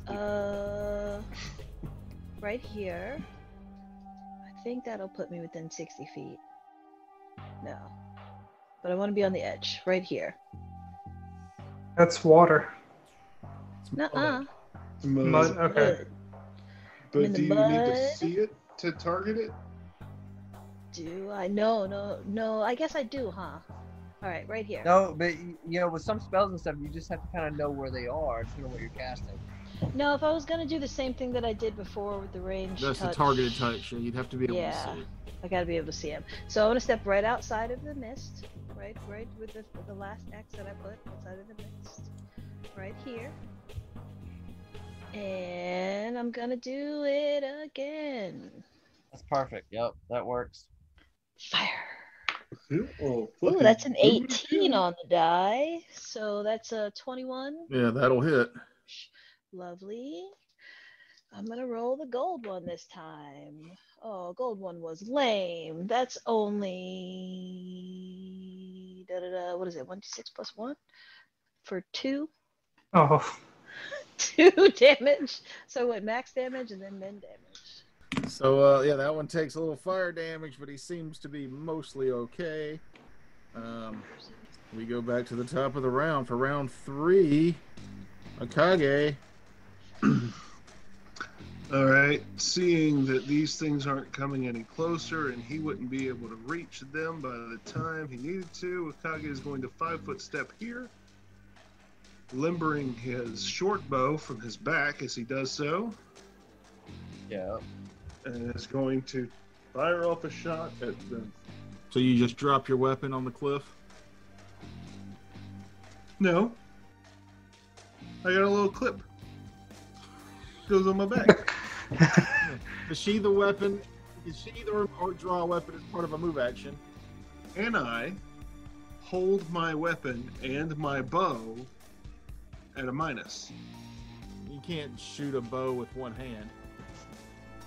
[SPEAKER 1] uh right here. I think that'll put me within 60 feet. No. But I want to be on the edge, right here.
[SPEAKER 5] That's water.
[SPEAKER 1] Nuh-uh.
[SPEAKER 3] Mud.
[SPEAKER 5] Mud. Okay.
[SPEAKER 1] Uh,
[SPEAKER 3] But
[SPEAKER 1] In the
[SPEAKER 3] do you need to
[SPEAKER 1] mud.
[SPEAKER 3] see it to target it?
[SPEAKER 1] Do I? No, no, no. I guess I do, huh? All right, right here.
[SPEAKER 4] No, but you know, with some spells and stuff, you just have to kind of know where they are, depending on what you're casting.
[SPEAKER 1] No, if I was gonna do the same thing that I did before with the range,
[SPEAKER 2] That's
[SPEAKER 1] touch,
[SPEAKER 2] the targeted touch. Yeah, you'd have to be able
[SPEAKER 1] Yeah.
[SPEAKER 2] to see.
[SPEAKER 1] I gotta be able to see him. So I'm gonna step right outside of the mist, right, right with the, the last X that I put outside of the mist, right here. And I'm gonna do it again.
[SPEAKER 4] That's perfect. Yep, that works.
[SPEAKER 1] Fire.
[SPEAKER 3] You are
[SPEAKER 1] Ooh,
[SPEAKER 3] fucking
[SPEAKER 1] that's an
[SPEAKER 3] doing it
[SPEAKER 1] 18
[SPEAKER 3] again.
[SPEAKER 1] on the die. So that's a 21.
[SPEAKER 2] Yeah, that'll hit.
[SPEAKER 1] Lovely. I'm gonna roll the gold one this time. Oh, gold one was lame. That's only da da da. What is it? One d six plus one for two,
[SPEAKER 5] Oh,
[SPEAKER 1] two damage. So what? Max damage and then min damage.
[SPEAKER 2] So uh, yeah, that one takes a little fire damage, but he seems to be mostly okay. Um, we go back to the top of the round for round three. Akage.
[SPEAKER 3] All right, seeing that these things aren't coming any closer and he wouldn't be able to reach them by the time he needed to, Akage is going to five foot step here, limbering his short bow from his back as he does so,
[SPEAKER 4] Yeah.
[SPEAKER 3] and is going to fire off a shot at the.
[SPEAKER 2] So you just drop your weapon on the cliff.
[SPEAKER 3] No. I got a little clip. Goes on my back.
[SPEAKER 2] Is she the weapon? Is she the or draw a weapon as part of a move action?
[SPEAKER 3] and I hold my weapon and my bow at a minus.
[SPEAKER 2] You can't shoot a bow with one hand.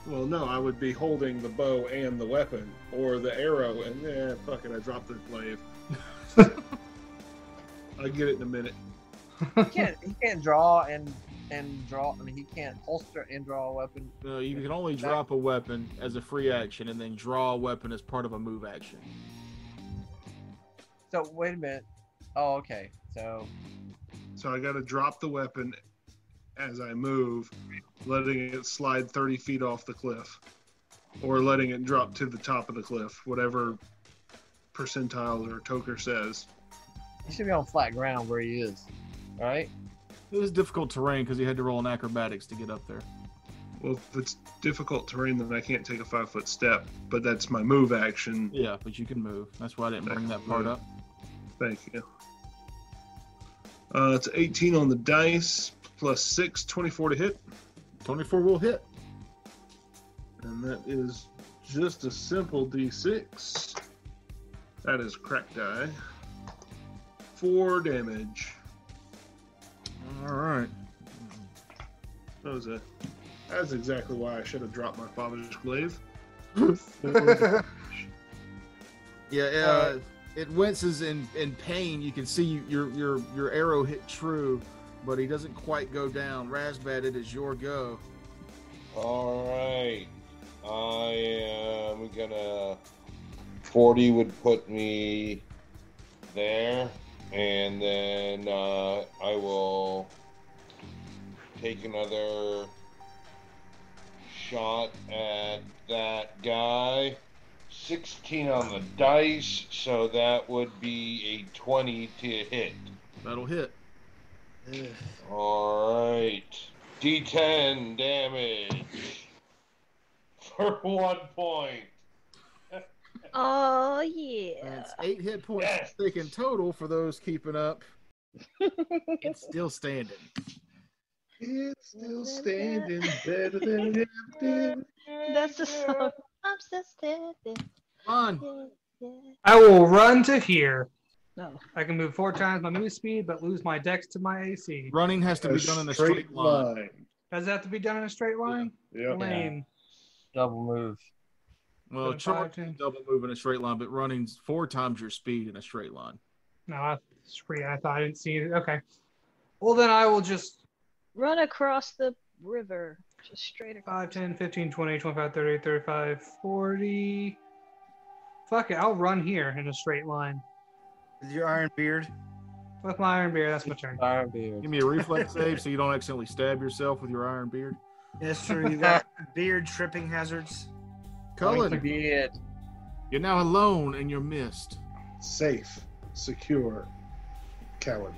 [SPEAKER 3] Well, no, I would be holding the bow and the weapon, or the arrow, and then fuck it, I dropped the glaive. I get it in a minute.
[SPEAKER 4] He can't he can't draw and and draw I mean he can't holster and draw a weapon.
[SPEAKER 2] No, you can only drop a weapon as a free action, and then draw a weapon as part of a move action.
[SPEAKER 4] So wait a minute. Oh okay. So
[SPEAKER 3] So I got to drop the weapon as I move, letting it slide 30 feet off the cliff, or letting it drop to the top of the cliff, whatever percentile or toker says.
[SPEAKER 4] he should be on flat ground where he is. Alright?
[SPEAKER 2] It was difficult terrain because you had to roll an acrobatics to get up there.
[SPEAKER 3] Well, if it's difficult terrain, then I can't take a five foot step, but that's my move action.
[SPEAKER 2] Yeah, but you can move. That's why I didn't bring that part up.
[SPEAKER 3] Thank you. Uh, it's 18 on the dice, plus 6, 24 to hit.
[SPEAKER 2] 24 will hit.
[SPEAKER 3] And that is just a simple d6. That is crack die. 4 damage.
[SPEAKER 2] All right.
[SPEAKER 3] That was a. That's exactly why I should have dropped my father's glaive. Four-
[SPEAKER 2] Yeah, yeah.
[SPEAKER 4] Uh,
[SPEAKER 2] it winces in, in pain. You can see you, your your your arrow hit true, but he doesn't quite go down. Razbat, it is your go.
[SPEAKER 6] All right. I uh, am gonna. 40 would put me there, and then uh, I will take another shot at that guy. 16 on the dice, so that would be a 20 to hit.
[SPEAKER 2] That'll hit.
[SPEAKER 6] All right. D10 damage for one point.
[SPEAKER 1] Oh yeah.
[SPEAKER 2] That's eight hit points
[SPEAKER 6] Yes.
[SPEAKER 2] taken total for those keeping up. it's still standing.
[SPEAKER 3] it's still standing better than it did.
[SPEAKER 1] That's the song. I'm still standing.
[SPEAKER 2] Come on.
[SPEAKER 1] Yeah, yeah.
[SPEAKER 5] I will run to here.
[SPEAKER 1] No.
[SPEAKER 5] I can move four times my move speed, but lose my dex to my AC.
[SPEAKER 2] Running has to be done in a straight line.
[SPEAKER 5] Does that have to be done in a straight line?
[SPEAKER 3] Yeah.
[SPEAKER 5] Lame.
[SPEAKER 4] Double move.
[SPEAKER 2] Well,
[SPEAKER 5] Put a
[SPEAKER 2] charge
[SPEAKER 5] five, ten.
[SPEAKER 2] double move in a straight line, but running's four times your speed in a straight line.
[SPEAKER 5] No, I- it's free. I thought I didn't see it. Okay. Well, then I will just
[SPEAKER 1] Run across the river, just straight across.
[SPEAKER 5] 5, 10, 15, 20, 25, 30, 35, 40. Fuck it. I'll run here in a straight line.
[SPEAKER 7] With your iron beard.
[SPEAKER 5] With my iron beer, that's my turn.
[SPEAKER 4] Iron beard.
[SPEAKER 2] Give me a reflex save so you don't accidentally stab yourself with your iron beard.
[SPEAKER 7] That's true. You got beard tripping hazards.
[SPEAKER 2] Cullen,
[SPEAKER 4] Beard.
[SPEAKER 2] you're now alone in your mist.
[SPEAKER 3] safe, secure, cowardly.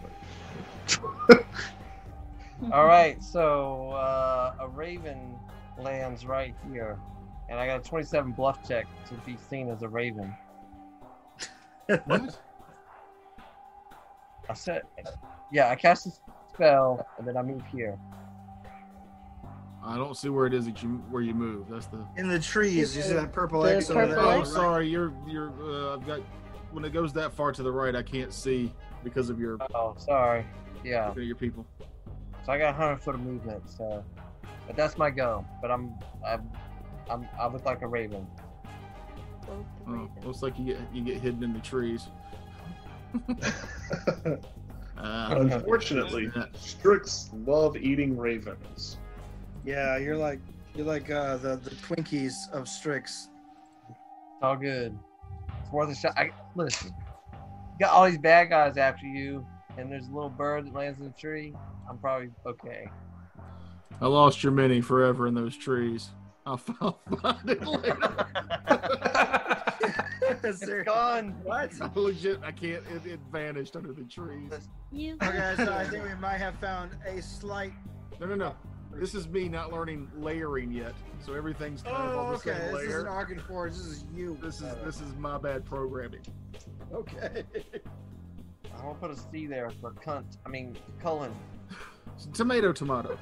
[SPEAKER 4] All right, so uh, a raven lands right here, and I got a 27 bluff check to be seen as a raven.
[SPEAKER 2] What?
[SPEAKER 4] I said, yeah, I cast a spell, and then I move here.
[SPEAKER 2] I don't see where it is that you where you move. That's the.
[SPEAKER 7] In the trees, you see that purple
[SPEAKER 1] The
[SPEAKER 7] X over there?
[SPEAKER 1] purple
[SPEAKER 2] Oh,
[SPEAKER 1] Right. X?
[SPEAKER 2] sorry. You're you're. Uh, I've got. When it goes that far to the right, I can't see because of your
[SPEAKER 4] Oh, sorry. Yeah,
[SPEAKER 2] because of your people.
[SPEAKER 4] so I got 100 foot of movement. So, but that's my go. But I'm, I'm, I'm I look like a raven.
[SPEAKER 1] Both the
[SPEAKER 2] Oh,
[SPEAKER 1] ravens.
[SPEAKER 2] looks like you get you get hidden in the trees. Uh,
[SPEAKER 8] Unfortunately, Strix love eating ravens.
[SPEAKER 7] Yeah, you're like you're like uh, the the Twinkies of Strix.
[SPEAKER 4] It's all good. It's worth a shot. I, listen, you got all these bad guys after you, and there's a little bird that lands in the tree. I'm probably okay.
[SPEAKER 2] I lost your mini forever in those trees. I'll, f- I'll find it later.
[SPEAKER 4] It's
[SPEAKER 7] Seriously.
[SPEAKER 4] gone.
[SPEAKER 7] What?
[SPEAKER 2] Legit, I can't. It, it vanished under the trees.
[SPEAKER 1] You
[SPEAKER 7] Okay, so I think we might have found a slight.
[SPEAKER 2] No, no, no. This is me not learning layering yet, so everything's kind of on
[SPEAKER 7] Oh,
[SPEAKER 2] the
[SPEAKER 7] okay.
[SPEAKER 2] same
[SPEAKER 7] This isn't
[SPEAKER 2] layer.
[SPEAKER 7] Argon Forge. This is you.
[SPEAKER 2] This is this is my bad programming.
[SPEAKER 7] Okay.
[SPEAKER 4] I won't put a C there for cunt. I mean, Cullen.
[SPEAKER 2] Tomato, tomato.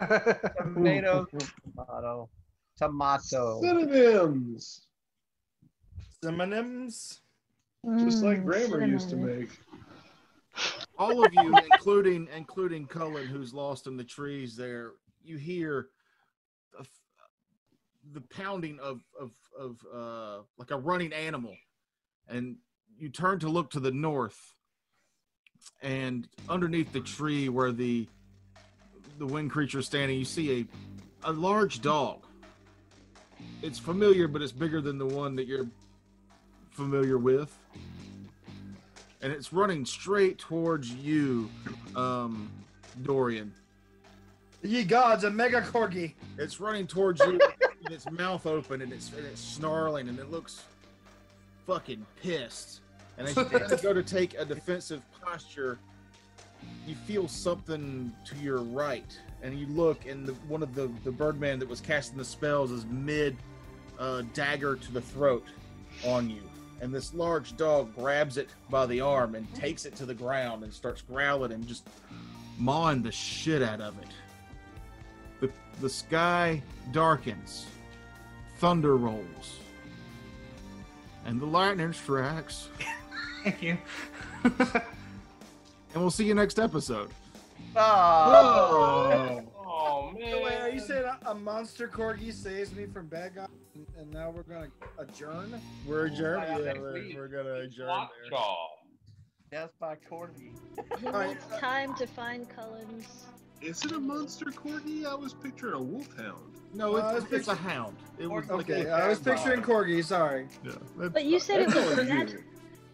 [SPEAKER 4] Tomato, tomato, tomato.
[SPEAKER 8] Synonyms,
[SPEAKER 7] Synonyms.
[SPEAKER 8] just like grammar used to make.
[SPEAKER 2] All of you, including including Cullen, who's lost in the trees. There, you hear a f- the pounding of of of uh, like a running animal, and you turn to look to the north, and underneath the tree where the the wind creature is standing, you see a a large dog. It's familiar, but it's bigger than the one that you're familiar with, and it's running straight towards you, um, Dorian.
[SPEAKER 7] Ye gods, a mega corgi.
[SPEAKER 2] It's running towards you with its mouth open and it's, and it's snarling and it looks fucking pissed. And as you kind of go to take a defensive posture, you feel something to your right. And you look, and the, one of the, the birdman that was casting the spells is mid uh, dagger to the throat on you. And this large dog grabs it by the arm and takes it to the ground and starts growling and just mawing the shit out of it. The, the sky darkens, thunder rolls, and the lightning strikes.
[SPEAKER 5] Thank you.
[SPEAKER 2] And we'll see you next episode.
[SPEAKER 4] Oh.
[SPEAKER 6] Oh man!
[SPEAKER 7] Wait, are you saying a, a monster corgi saves me from bad guys, and- and now we're gonna adjourn?
[SPEAKER 4] Oh,
[SPEAKER 2] We're adjourned.
[SPEAKER 4] Yeah,
[SPEAKER 2] Yeah,
[SPEAKER 4] next
[SPEAKER 2] we're,
[SPEAKER 4] week.
[SPEAKER 2] we're gonna adjourn there.
[SPEAKER 6] Lockjaw.
[SPEAKER 4] That's by Cordy.
[SPEAKER 1] He
[SPEAKER 7] All right,
[SPEAKER 1] needs
[SPEAKER 7] uh,
[SPEAKER 1] time to find Cullen's.
[SPEAKER 8] Is it a monster corgi? I was picturing a wolfhound.
[SPEAKER 2] No,
[SPEAKER 7] Uh,
[SPEAKER 2] it's,
[SPEAKER 7] it's
[SPEAKER 2] it's a hound. It was like
[SPEAKER 7] Okay,
[SPEAKER 2] a-
[SPEAKER 7] I was picturing corgi. Sorry.
[SPEAKER 2] yeah, that's-
[SPEAKER 1] But you said it
[SPEAKER 8] That's
[SPEAKER 1] was
[SPEAKER 8] on
[SPEAKER 1] magi-
[SPEAKER 8] you.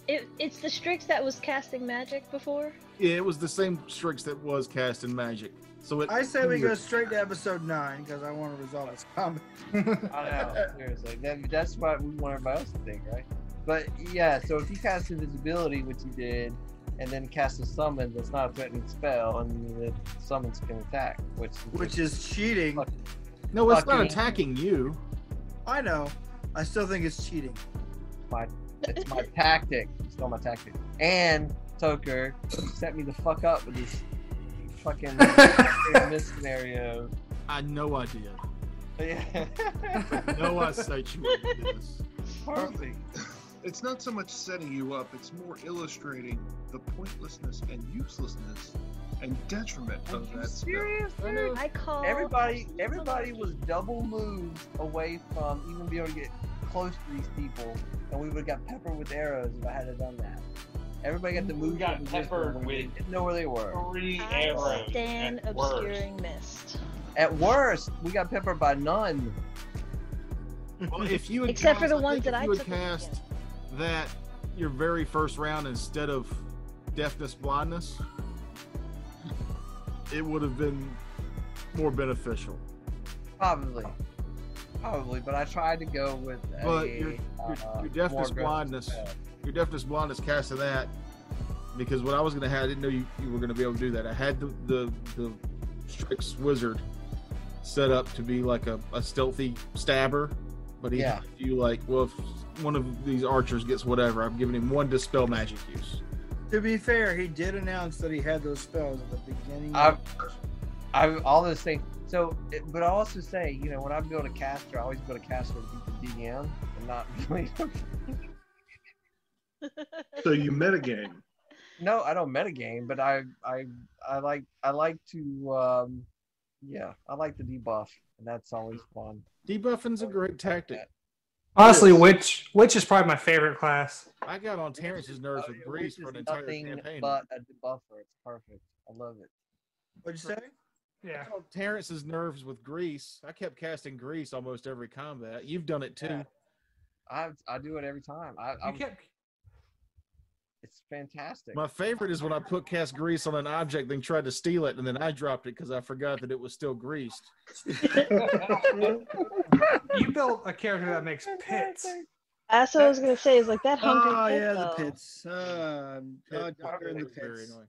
[SPEAKER 1] it, It's the Strix that was casting magic before.
[SPEAKER 2] yeah, it was the same Strix that was cast in magic. So it
[SPEAKER 7] I say we go straight to episode nine because I want to resolve this combat.
[SPEAKER 4] I know, seriously. That, that's what we want everybody else to think, right? But yeah, so if you cast invisibility, which you did, and then cast a summon that's not a threatening spell, and the summons can attack, which
[SPEAKER 7] Which is cheating.
[SPEAKER 4] Fuck.
[SPEAKER 2] No, it's not
[SPEAKER 4] fucking-
[SPEAKER 2] attacking you.
[SPEAKER 7] I know. I still think it's cheating.
[SPEAKER 4] it's my tactic. It's not my tactic. And Toker you set me the fuck up with this fucking miss scenario.
[SPEAKER 2] I had no idea.
[SPEAKER 4] Yeah.
[SPEAKER 2] No, I said you would do this.
[SPEAKER 4] Perfect.
[SPEAKER 8] Um, It's not so much setting you up, it's more illustrating the pointlessness and uselessness and detriment
[SPEAKER 4] Are
[SPEAKER 8] of
[SPEAKER 4] you
[SPEAKER 8] that spell.
[SPEAKER 4] serious?
[SPEAKER 2] I know.
[SPEAKER 7] Mm.
[SPEAKER 1] I call
[SPEAKER 4] Everybody, everybody was double moves away from even being able to get close to these people, and we would have got peppered with arrows if I had have done that. Everybody got the
[SPEAKER 6] We
[SPEAKER 4] move.
[SPEAKER 6] got
[SPEAKER 4] from the distance
[SPEAKER 6] peppered
[SPEAKER 4] when we
[SPEAKER 6] with-
[SPEAKER 4] didn't know where they were.
[SPEAKER 6] Three
[SPEAKER 1] I
[SPEAKER 6] arrows.
[SPEAKER 1] stand
[SPEAKER 6] at worst.
[SPEAKER 1] obscuring mist.
[SPEAKER 4] At worst, we got peppered by none.
[SPEAKER 2] Well, if you had
[SPEAKER 1] Except for
[SPEAKER 2] cast-
[SPEAKER 1] the
[SPEAKER 2] I
[SPEAKER 1] ones
[SPEAKER 2] think
[SPEAKER 1] that
[SPEAKER 2] if
[SPEAKER 1] I
[SPEAKER 2] you had
[SPEAKER 1] took it
[SPEAKER 2] cast that your very first round instead of deafness blindness, it would have been more beneficial.
[SPEAKER 4] Probably, probably. But I tried to go with.
[SPEAKER 2] But
[SPEAKER 4] a,
[SPEAKER 2] your- your-
[SPEAKER 4] uh,
[SPEAKER 2] your deafness
[SPEAKER 4] more aggressive
[SPEAKER 2] blindness-
[SPEAKER 4] spell.
[SPEAKER 2] Your deafness blindness casting that because what I was gonna have, I didn't know you, you were gonna be able to do that. I had the the, the Strix wizard set up to be like a, a stealthy stabber, but he
[SPEAKER 4] Yeah.
[SPEAKER 2] you like, well, if one of these archers gets whatever, I've given him one dispel magic use.
[SPEAKER 7] To be fair, he did announce that he had those spells at the beginning.
[SPEAKER 4] I've, I've all those things. So, it- but I also say, you know, when I build a caster, I always build a caster with the DM and not really.
[SPEAKER 8] So you metagame.
[SPEAKER 4] no, I don't metagame, but I, I, I like, I like to, um, yeah, I like the debuff, and that's always fun.
[SPEAKER 2] Debuffing's a great tactic.
[SPEAKER 5] Honestly,
[SPEAKER 4] Yes.
[SPEAKER 5] which which is probably my favorite class.
[SPEAKER 2] I got on Terrence's nerves
[SPEAKER 4] Uh,
[SPEAKER 2] with
[SPEAKER 4] which
[SPEAKER 2] Grease
[SPEAKER 4] is
[SPEAKER 2] for an entire
[SPEAKER 4] nothing
[SPEAKER 2] campaign.
[SPEAKER 4] but a debuffer. It's perfect. I love it.
[SPEAKER 7] What'd you say?
[SPEAKER 5] Yeah.
[SPEAKER 2] I got on Terrence's nerves with Grease. I kept casting Grease almost every combat. You've done it too.
[SPEAKER 4] Yeah. I, I do it every time. I,
[SPEAKER 5] You
[SPEAKER 4] I'm,
[SPEAKER 5] kept
[SPEAKER 4] it's fantastic.
[SPEAKER 2] My favorite is when I put cast grease on an object, then tried to steal it, and then I dropped it because I forgot that it was still greased.
[SPEAKER 5] you built a character that makes pits.
[SPEAKER 1] That's what I was gonna say. Is like that hungry.
[SPEAKER 7] Oh
[SPEAKER 1] pit,
[SPEAKER 7] yeah, the
[SPEAKER 1] though.
[SPEAKER 7] pits. Um,
[SPEAKER 2] It-
[SPEAKER 7] uh, Dogger in the
[SPEAKER 2] it was very
[SPEAKER 7] pits.
[SPEAKER 2] annoying.